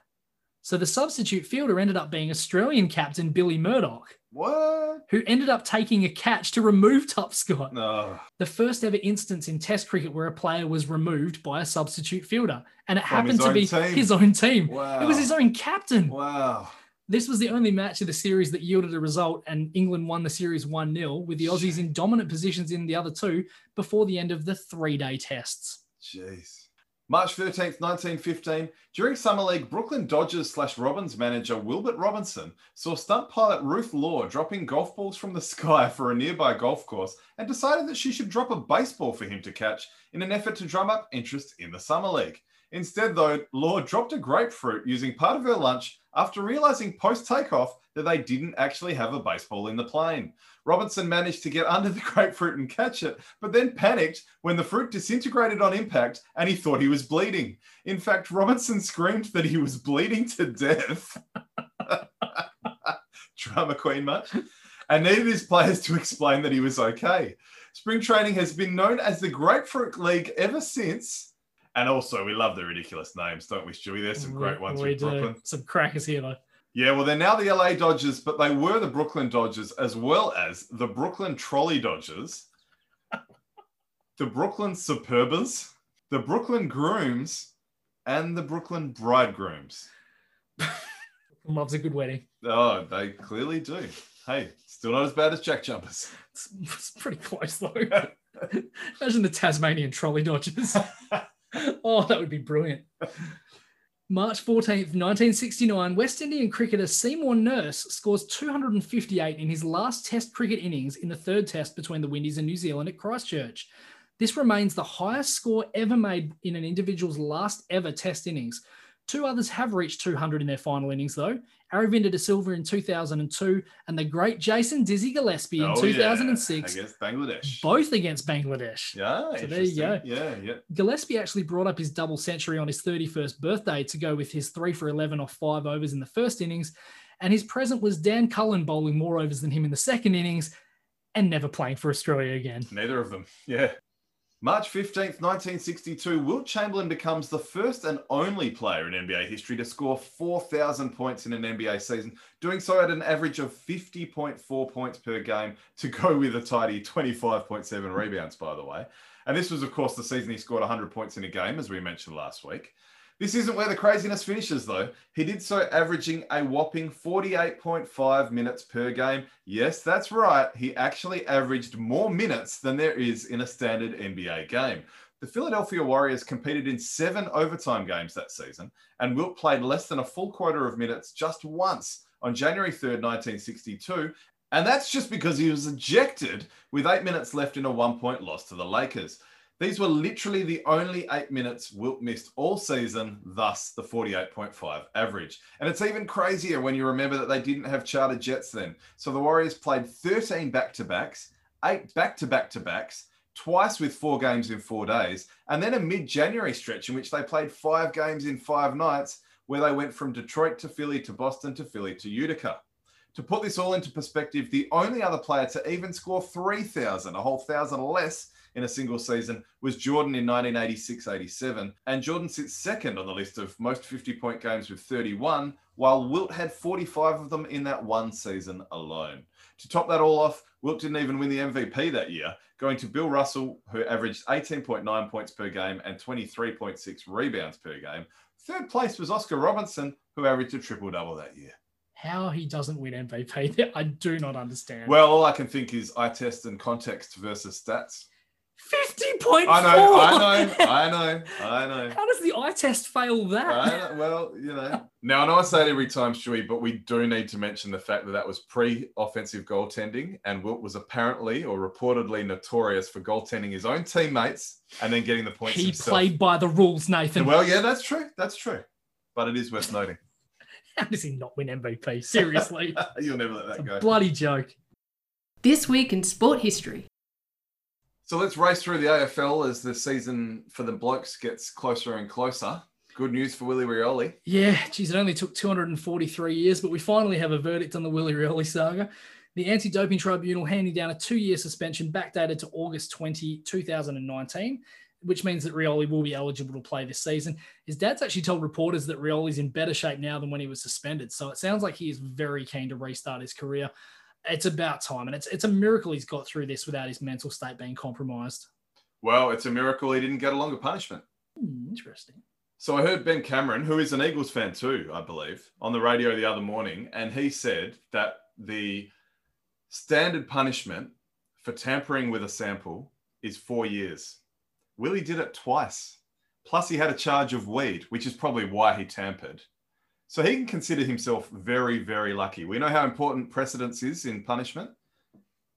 Speaker 2: So the substitute fielder ended up being Australian captain Billy Murdoch,
Speaker 1: What?
Speaker 2: who ended up taking a catch to remove Tup Scott.
Speaker 1: No.
Speaker 2: The first ever instance in Test cricket where a player was removed by a substitute fielder, and it
Speaker 1: From
Speaker 2: happened
Speaker 1: his
Speaker 2: to
Speaker 1: own
Speaker 2: be
Speaker 1: team.
Speaker 2: his own team.
Speaker 1: Wow.
Speaker 2: It was his own captain.
Speaker 1: Wow.
Speaker 2: This was the only match of the series that yielded a result, and England won the series 1 0, with the Aussies in dominant positions in the other two before the end of the three day tests.
Speaker 1: Jeez. March 13th, 1915, during Summer League, Brooklyn Dodgers slash Robins manager Wilbert Robinson saw stunt pilot Ruth Law dropping golf balls from the sky for a nearby golf course and decided that she should drop a baseball for him to catch in an effort to drum up interest in the Summer League. Instead, though, Law dropped a grapefruit using part of her lunch after realizing post takeoff that they didn't actually have a baseball in the plane. Robinson managed to get under the grapefruit and catch it, but then panicked when the fruit disintegrated on impact and he thought he was bleeding. In fact, Robinson screamed that he was bleeding to death. Drama queen much? And needed his players to explain that he was okay. Spring training has been known as the Grapefruit League ever since. And also, we love the ridiculous names, don't we, Stewie? There's some great ones
Speaker 2: we
Speaker 1: with
Speaker 2: do.
Speaker 1: Brooklyn.
Speaker 2: Some crackers here, though.
Speaker 1: Yeah, well, they're now the LA Dodgers, but they were the Brooklyn Dodgers as well as the Brooklyn Trolley Dodgers, the Brooklyn Suburbers, the Brooklyn Grooms, and the Brooklyn Bridegrooms.
Speaker 2: Loves a good wedding.
Speaker 1: Oh, they clearly do. Hey, still not as bad as Jack Jumpers.
Speaker 2: It's, it's pretty close, though. Imagine the Tasmanian trolley dodgers. oh, that would be brilliant. March 14th, 1969, West Indian cricketer Seymour Nurse scores 258 in his last Test cricket innings in the third Test between the Windies and New Zealand at Christchurch. This remains the highest score ever made in an individual's last ever Test innings. Two others have reached 200 in their final innings, though Aravinda de Silva in 2002 and the great Jason Dizzy Gillespie in
Speaker 1: Oh, yeah,
Speaker 2: 2006,
Speaker 1: Against Bangladesh.
Speaker 2: both against Bangladesh.
Speaker 1: yeah,
Speaker 2: So there you go.
Speaker 1: interesting. Yeah, yeah.
Speaker 2: Gillespie actually brought up his double century on his 31st birthday to go with his three for 11 off five overs in the first innings. And his present was Dan Cullen bowling more overs than him in the second innings and never playing for Australia again.
Speaker 1: Neither of them. Yeah. March 15th, 1962, Will Chamberlain becomes the first and only player in NBA history to score 4,000 points in an NBA season, doing so at an average of 50.4 points per game to go with a tidy 25.7 rebounds, by the way. And this was, of course, the season he scored 100 points in a game, as we mentioned last week. This isn't where the craziness finishes, though. He did so averaging a whopping 48.5 minutes per game. Yes, that's right. He actually averaged more minutes than there is in a standard NBA game. The Philadelphia Warriors competed in seven overtime games that season, and Wilt played less than a full quarter of minutes just once on January 3rd, 1962. And that's just because he was ejected with eight minutes left in a one point loss to the Lakers. These were literally the only eight minutes Wilt missed all season, thus the 48.5 average. And it's even crazier when you remember that they didn't have charter jets then. So the Warriors played 13 back to backs, eight back to back to backs, twice with four games in four days, and then a mid January stretch in which they played five games in five nights, where they went from Detroit to Philly to Boston to Philly to Utica. To put this all into perspective, the only other player to even score 3,000, a whole thousand less in a single season was Jordan in 1986 87. And Jordan sits second on the list of most 50 point games with 31, while Wilt had 45 of them in that one season alone. To top that all off, Wilt didn't even win the MVP that year, going to Bill Russell, who averaged 18.9 points per game and 23.6 rebounds per game. Third place was Oscar Robertson, who averaged a triple double that year.
Speaker 2: How he doesn't win MVP, I do not understand.
Speaker 1: Well, all I can think is eye test and context versus stats.
Speaker 2: 50.4!
Speaker 1: I know, I know, I know, I know.
Speaker 2: How does the eye test fail that?
Speaker 1: I know. Well, you know. Now I know I say it every time, Stewie, but we do need to mention the fact that that was pre-offensive goaltending, and Wilt was apparently or reportedly notorious for goaltending his own teammates and then getting the points
Speaker 2: he
Speaker 1: himself.
Speaker 2: played by the rules, Nathan.
Speaker 1: Well, yeah, that's true. That's true. But it is worth noting.
Speaker 2: How does he not win MVP? Seriously.
Speaker 1: You'll never let that
Speaker 2: a
Speaker 1: go.
Speaker 2: bloody joke.
Speaker 3: This week in sport history.
Speaker 1: So let's race through the AFL as the season for the blokes gets closer and closer. Good news for Willie Rioli.
Speaker 2: Yeah, geez, it only took 243 years, but we finally have a verdict on the Willie Rioli saga. The anti doping tribunal handing down a two year suspension backdated to August 20, 2019, which means that Rioli will be eligible to play this season. His dad's actually told reporters that Rioli's in better shape now than when he was suspended. So it sounds like he is very keen to restart his career. It's about time, and it's, it's a miracle he's got through this without his mental state being compromised.
Speaker 1: Well, it's a miracle he didn't get a longer punishment.
Speaker 2: Hmm, interesting.
Speaker 1: So I heard Ben Cameron, who is an Eagles fan too, I believe, on the radio the other morning, and he said that the standard punishment for tampering with a sample is four years. Willie did it twice. Plus, he had a charge of weed, which is probably why he tampered. So he can consider himself very, very lucky. We know how important precedence is in punishment.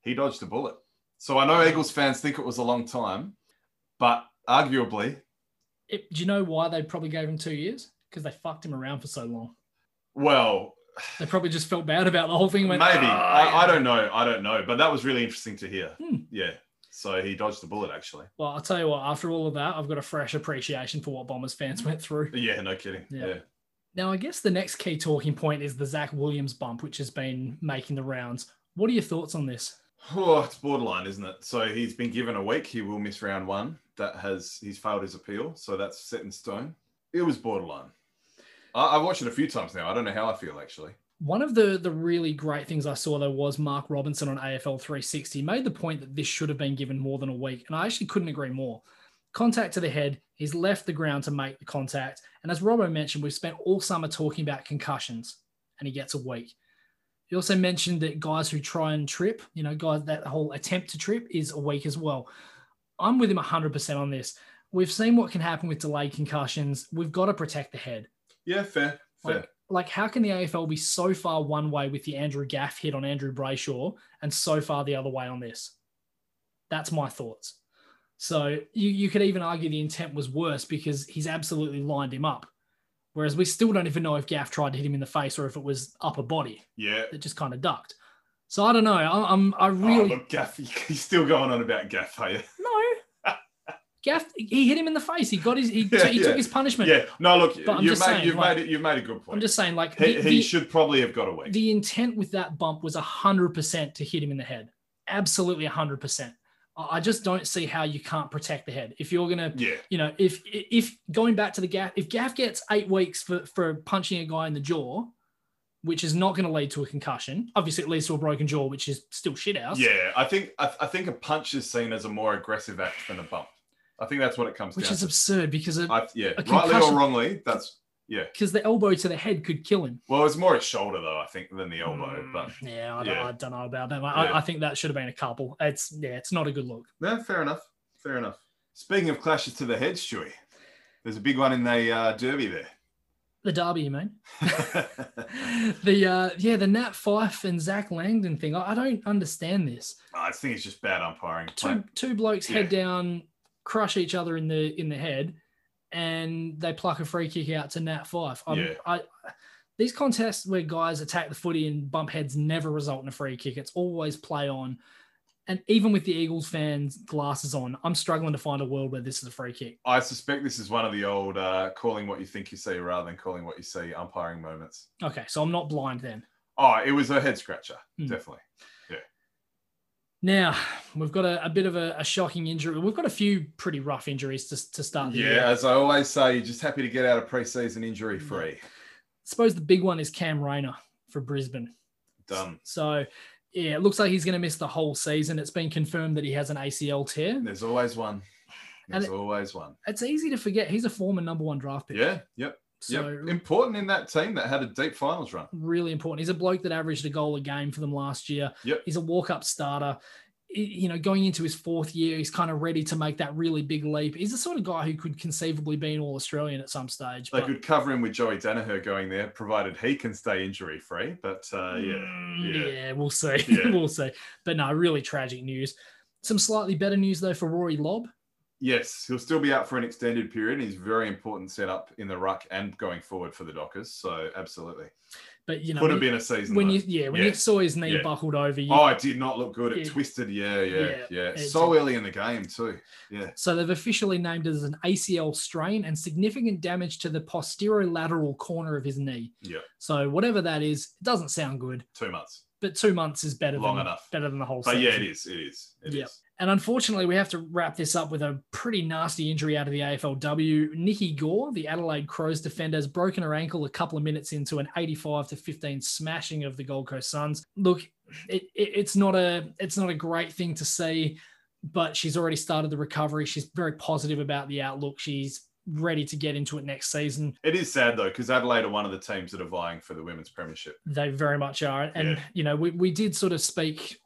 Speaker 1: He dodged a bullet. So I know Eagles fans think it was a long time, but arguably
Speaker 2: It, do you know why they probably gave him two years? Because they fucked him around for so long.
Speaker 1: Well,
Speaker 2: They probably just felt bad about the whole thing. and
Speaker 1: maybe
Speaker 2: Went, "Ah,
Speaker 1: I, I don't know. I don't know. But that was really interesting to hear.
Speaker 2: Hmm.
Speaker 1: Yeah. So he dodged the bullet, actually.
Speaker 2: Well, I'll tell you what. After all of that, I've got a fresh appreciation for what Bombers fans went through.
Speaker 1: Yeah. No kidding.
Speaker 2: Yeah.
Speaker 1: Yeah.
Speaker 2: Now, I guess the next key talking point is the Zach Williams bump, which has been making the rounds. What are your thoughts on this?
Speaker 1: Oh, it's borderline, isn't it? So he's been given a week. He will miss round one. That has he's failed his appeal, so that's set in stone. It was borderline. I, I've watched it a few times now. I don't know how I feel actually.
Speaker 2: One of the the really great things I saw though was Mark Robinson on AFL 360 made the point that this should have been given more than a week, and I actually couldn't agree more. Contact to the head, he's left the ground to make the contact, and as Robbo mentioned, we've spent all summer talking about concussions, and he gets a week. He also mentioned that guys who try and trip, you know, guys that whole attempt to trip is a week as well. I'm with him 100% on this. We've seen what can happen with delayed concussions. We've got to protect the head
Speaker 1: Yeah, fair, fair.
Speaker 2: Like- like how can the AFL be so far one way with the Andrew Gaff hit on Andrew Brayshaw and so far the other way on this? That's my thoughts. So you, you could even argue the intent was worse because he's absolutely lined him up. Whereas we still don't even know if Gaff tried to hit him in the face or if it was upper body
Speaker 1: yeah.
Speaker 2: that just kind of ducked. So I don't know. I, I'm I really
Speaker 1: Oh, look, Gaff, he's still going on about Gaff, are you?
Speaker 2: no. Gaff he hit him in the face. He got his he,
Speaker 1: Yeah,
Speaker 2: he
Speaker 1: yeah.
Speaker 2: took his punishment.
Speaker 1: Yeah. No, look,
Speaker 2: But I'm
Speaker 1: you've made
Speaker 2: just saying,
Speaker 1: you've
Speaker 2: like-
Speaker 1: made it, you've made a good point.
Speaker 2: I'm just saying like
Speaker 1: he
Speaker 2: the-
Speaker 1: he
Speaker 2: the-
Speaker 1: should probably have got a week.
Speaker 2: the intent with that bump was 100% to hit him in the head. Absolutely 100%. I I just don't see how you can't protect the head. If you're going to,
Speaker 1: yeah.
Speaker 2: you know, if if going back to the gaff, if Gaff gets eight weeks for, for punching a guy in the jaw, which is not going to lead to a concussion, obviously it leads to a broken jaw, which is still shit house.
Speaker 1: Yeah. I think I, I think a punch is seen as a more aggressive act than a bump. I think that's what it comes
Speaker 2: Which
Speaker 1: down
Speaker 2: is
Speaker 1: to.
Speaker 2: absurd because of,
Speaker 1: I- yeah.
Speaker 2: a
Speaker 1: Rightly or
Speaker 2: concussion-
Speaker 1: wrongly, that's yeah.
Speaker 2: because the elbow to the head could kill him.
Speaker 1: Well, it's more his shoulder though, I think, than the elbow.
Speaker 2: Hmm.
Speaker 1: But
Speaker 2: yeah, I,
Speaker 1: yeah.
Speaker 2: Don't, I don't know about that. I,
Speaker 1: Yeah.
Speaker 2: I think that should have been a couple. It's yeah, it's not a good look.
Speaker 1: no, fair enough. Fair enough. Speaking of clashes to the head, Stewie, there's a big one in the uh, derby
Speaker 2: The derby, you mean?
Speaker 1: there.
Speaker 2: the uh, yeah, the Nat Fife and Zach Langdon thing. I, I don't understand this.
Speaker 1: I think it's just bad umpiring.
Speaker 2: Two two blokes
Speaker 1: yeah.
Speaker 2: head down, crush each other in the in the head, and they pluck a free kick out to Nat Fife. I'm,
Speaker 1: Yeah.
Speaker 2: I these contests where guys attack the footy and bump heads never result in a free kick. It's always play on. And even with the Eagles fans' glasses on, I'm struggling to find a world where this is a free kick.
Speaker 1: I suspect this is one of the old uh, calling what you think you see rather than calling what you see umpiring moments.
Speaker 2: Okay, so I'm not blind then.
Speaker 1: Oh, it was a head scratcher,
Speaker 2: Hmm.
Speaker 1: definitely.
Speaker 2: Now we've got a, a bit of a, a shocking injury. We've got a few pretty rough injuries to, to start the
Speaker 1: Yeah,
Speaker 2: year.
Speaker 1: as I always say, you're just happy to get out of preseason injury free.
Speaker 2: suppose the big one is Cam Rayner for Brisbane.
Speaker 1: Done.
Speaker 2: So, yeah, it looks like he's going to miss the whole season. It's been confirmed that he has an ACL tear.
Speaker 1: There's always one.
Speaker 2: And
Speaker 1: There's always one.
Speaker 2: It's easy to forget he's a former number one draft pick.
Speaker 1: Yeah. Yep.
Speaker 2: So,
Speaker 1: yep. Important in that team that had a deep finals run.
Speaker 2: really important. He's a bloke that averaged a goal a game for them last year.
Speaker 1: Yep.
Speaker 2: He's a walk up starter. I- You know, going into his fourth year, he's kind of ready to make that really big leap. He's the sort of guy who could conceivably be an All Australian at some stage.
Speaker 1: They
Speaker 2: but-
Speaker 1: could cover him with Joey Danaher going there, provided he can stay injury free. But uh, yeah,
Speaker 2: Mm,
Speaker 1: yeah.
Speaker 2: we'll see.
Speaker 1: Yeah.
Speaker 2: we'll see. But no, really tragic news. Some slightly better news though for Rory Lobb.
Speaker 1: yes, he'll still be out for an extended period. He's very important setup in the ruck and going forward for the Dockers. So absolutely,
Speaker 2: But you know,
Speaker 1: could have
Speaker 2: when,
Speaker 1: been a season.
Speaker 2: when
Speaker 1: though.
Speaker 2: you yeah, when
Speaker 1: Yeah.
Speaker 2: you saw his knee
Speaker 1: Yeah.
Speaker 2: buckled over, you,
Speaker 1: oh, it did not look good. It
Speaker 2: Yeah.
Speaker 1: twisted. Yeah, yeah,
Speaker 2: Yeah,
Speaker 1: yeah.
Speaker 2: it
Speaker 1: So
Speaker 2: did.
Speaker 1: early in the game too. Yeah.
Speaker 2: so they've officially named it as an ACL strain and significant damage to the posterolateral corner of his knee.
Speaker 1: Yeah.
Speaker 2: So whatever that is, it doesn't sound good.
Speaker 1: Two months.
Speaker 2: But two months is better
Speaker 1: Long
Speaker 2: than
Speaker 1: enough.
Speaker 2: better than the whole
Speaker 1: But
Speaker 2: season.
Speaker 1: yeah, it is. It is. It is.
Speaker 2: Yep. And unfortunately, we have to wrap this up with a pretty nasty injury out of the AFLW. Nikki Gore, the Adelaide Crows defender, has broken her ankle a couple of minutes into an 85 to 15 smashing of the Gold Coast Suns. Look, it, it, it's not a it's not a great thing to see, but she's already started the recovery. She's very positive about the outlook. She's ready to get into it next season.
Speaker 1: It is sad though, because Adelaide are one of the teams that are vying for the women's premiership.
Speaker 2: They very much are. And
Speaker 1: Yeah.
Speaker 2: you know, we, we did sort of speak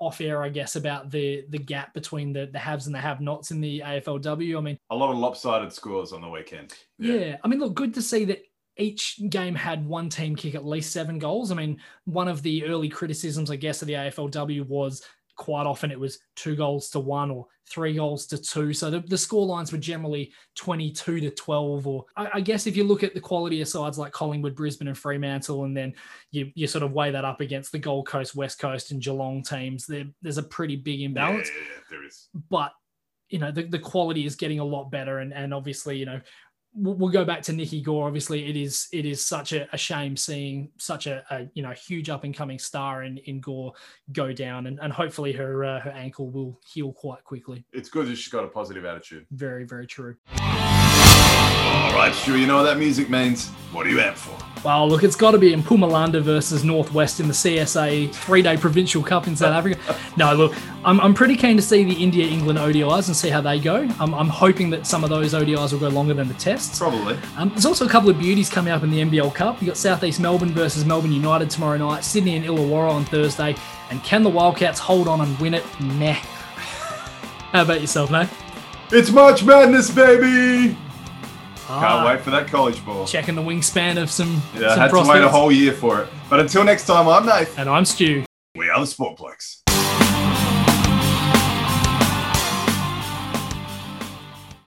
Speaker 2: off air, I guess, about the the gap between the the haves and the have nots in the AFLW. I mean,
Speaker 1: A lot of lopsided scores on the weekend.
Speaker 2: yeah. I mean, look, good to see that each game had one team kick at least seven goals. I mean, one of the early criticisms, I guess, of the AFLW was quite often it was two goals to one or three goals to two. So the, the score lines were generally 22 to 12. Or I, I guess if you look at the quality of sides like Collingwood, Brisbane, and Fremantle, and then you, you sort of weigh that up against the Gold Coast, West Coast, and Geelong teams, there, there's a pretty big imbalance.
Speaker 1: Yeah, yeah, yeah, there is.
Speaker 2: But, you know, the, the quality is getting a lot better. And, and obviously, you know, we'll we'll go back to Nikki Gore. Obviously, it is it is such a, a shame seeing such a, a you know huge up and coming star in, in Gore go down, and, and hopefully her uh, her ankle will heal quite quickly.
Speaker 1: It's good that she's got a positive attitude.
Speaker 2: Very very true.
Speaker 1: All right, sure. You know what that music means. What are you out for?
Speaker 2: Well, look, it's got to be in Pumalanda versus Northwest in the CSA three day provincial cup in South Africa. No, look, I'm, I'm pretty keen to see the India England ODIs and see how they go. I'm, I'm hoping that some of those ODIs will go longer than the tests.
Speaker 1: Probably.
Speaker 2: Um, there's also a couple of beauties coming up in the NBL Cup. You've got Southeast Melbourne versus Melbourne United tomorrow night, Sydney and Illawarra on Thursday. And can the Wildcats hold on and win it? Nah. How about yourself, mate?
Speaker 1: It's March Madness, baby.
Speaker 2: Ah,
Speaker 1: Can't wait for that college ball.
Speaker 2: Checking the wingspan of some,
Speaker 1: Yeah,
Speaker 2: some
Speaker 1: had to
Speaker 2: prospects.
Speaker 1: wait a whole year for it. But until next time, I'm Nathan.
Speaker 2: and I'm Stu.
Speaker 1: We are the Sportplex.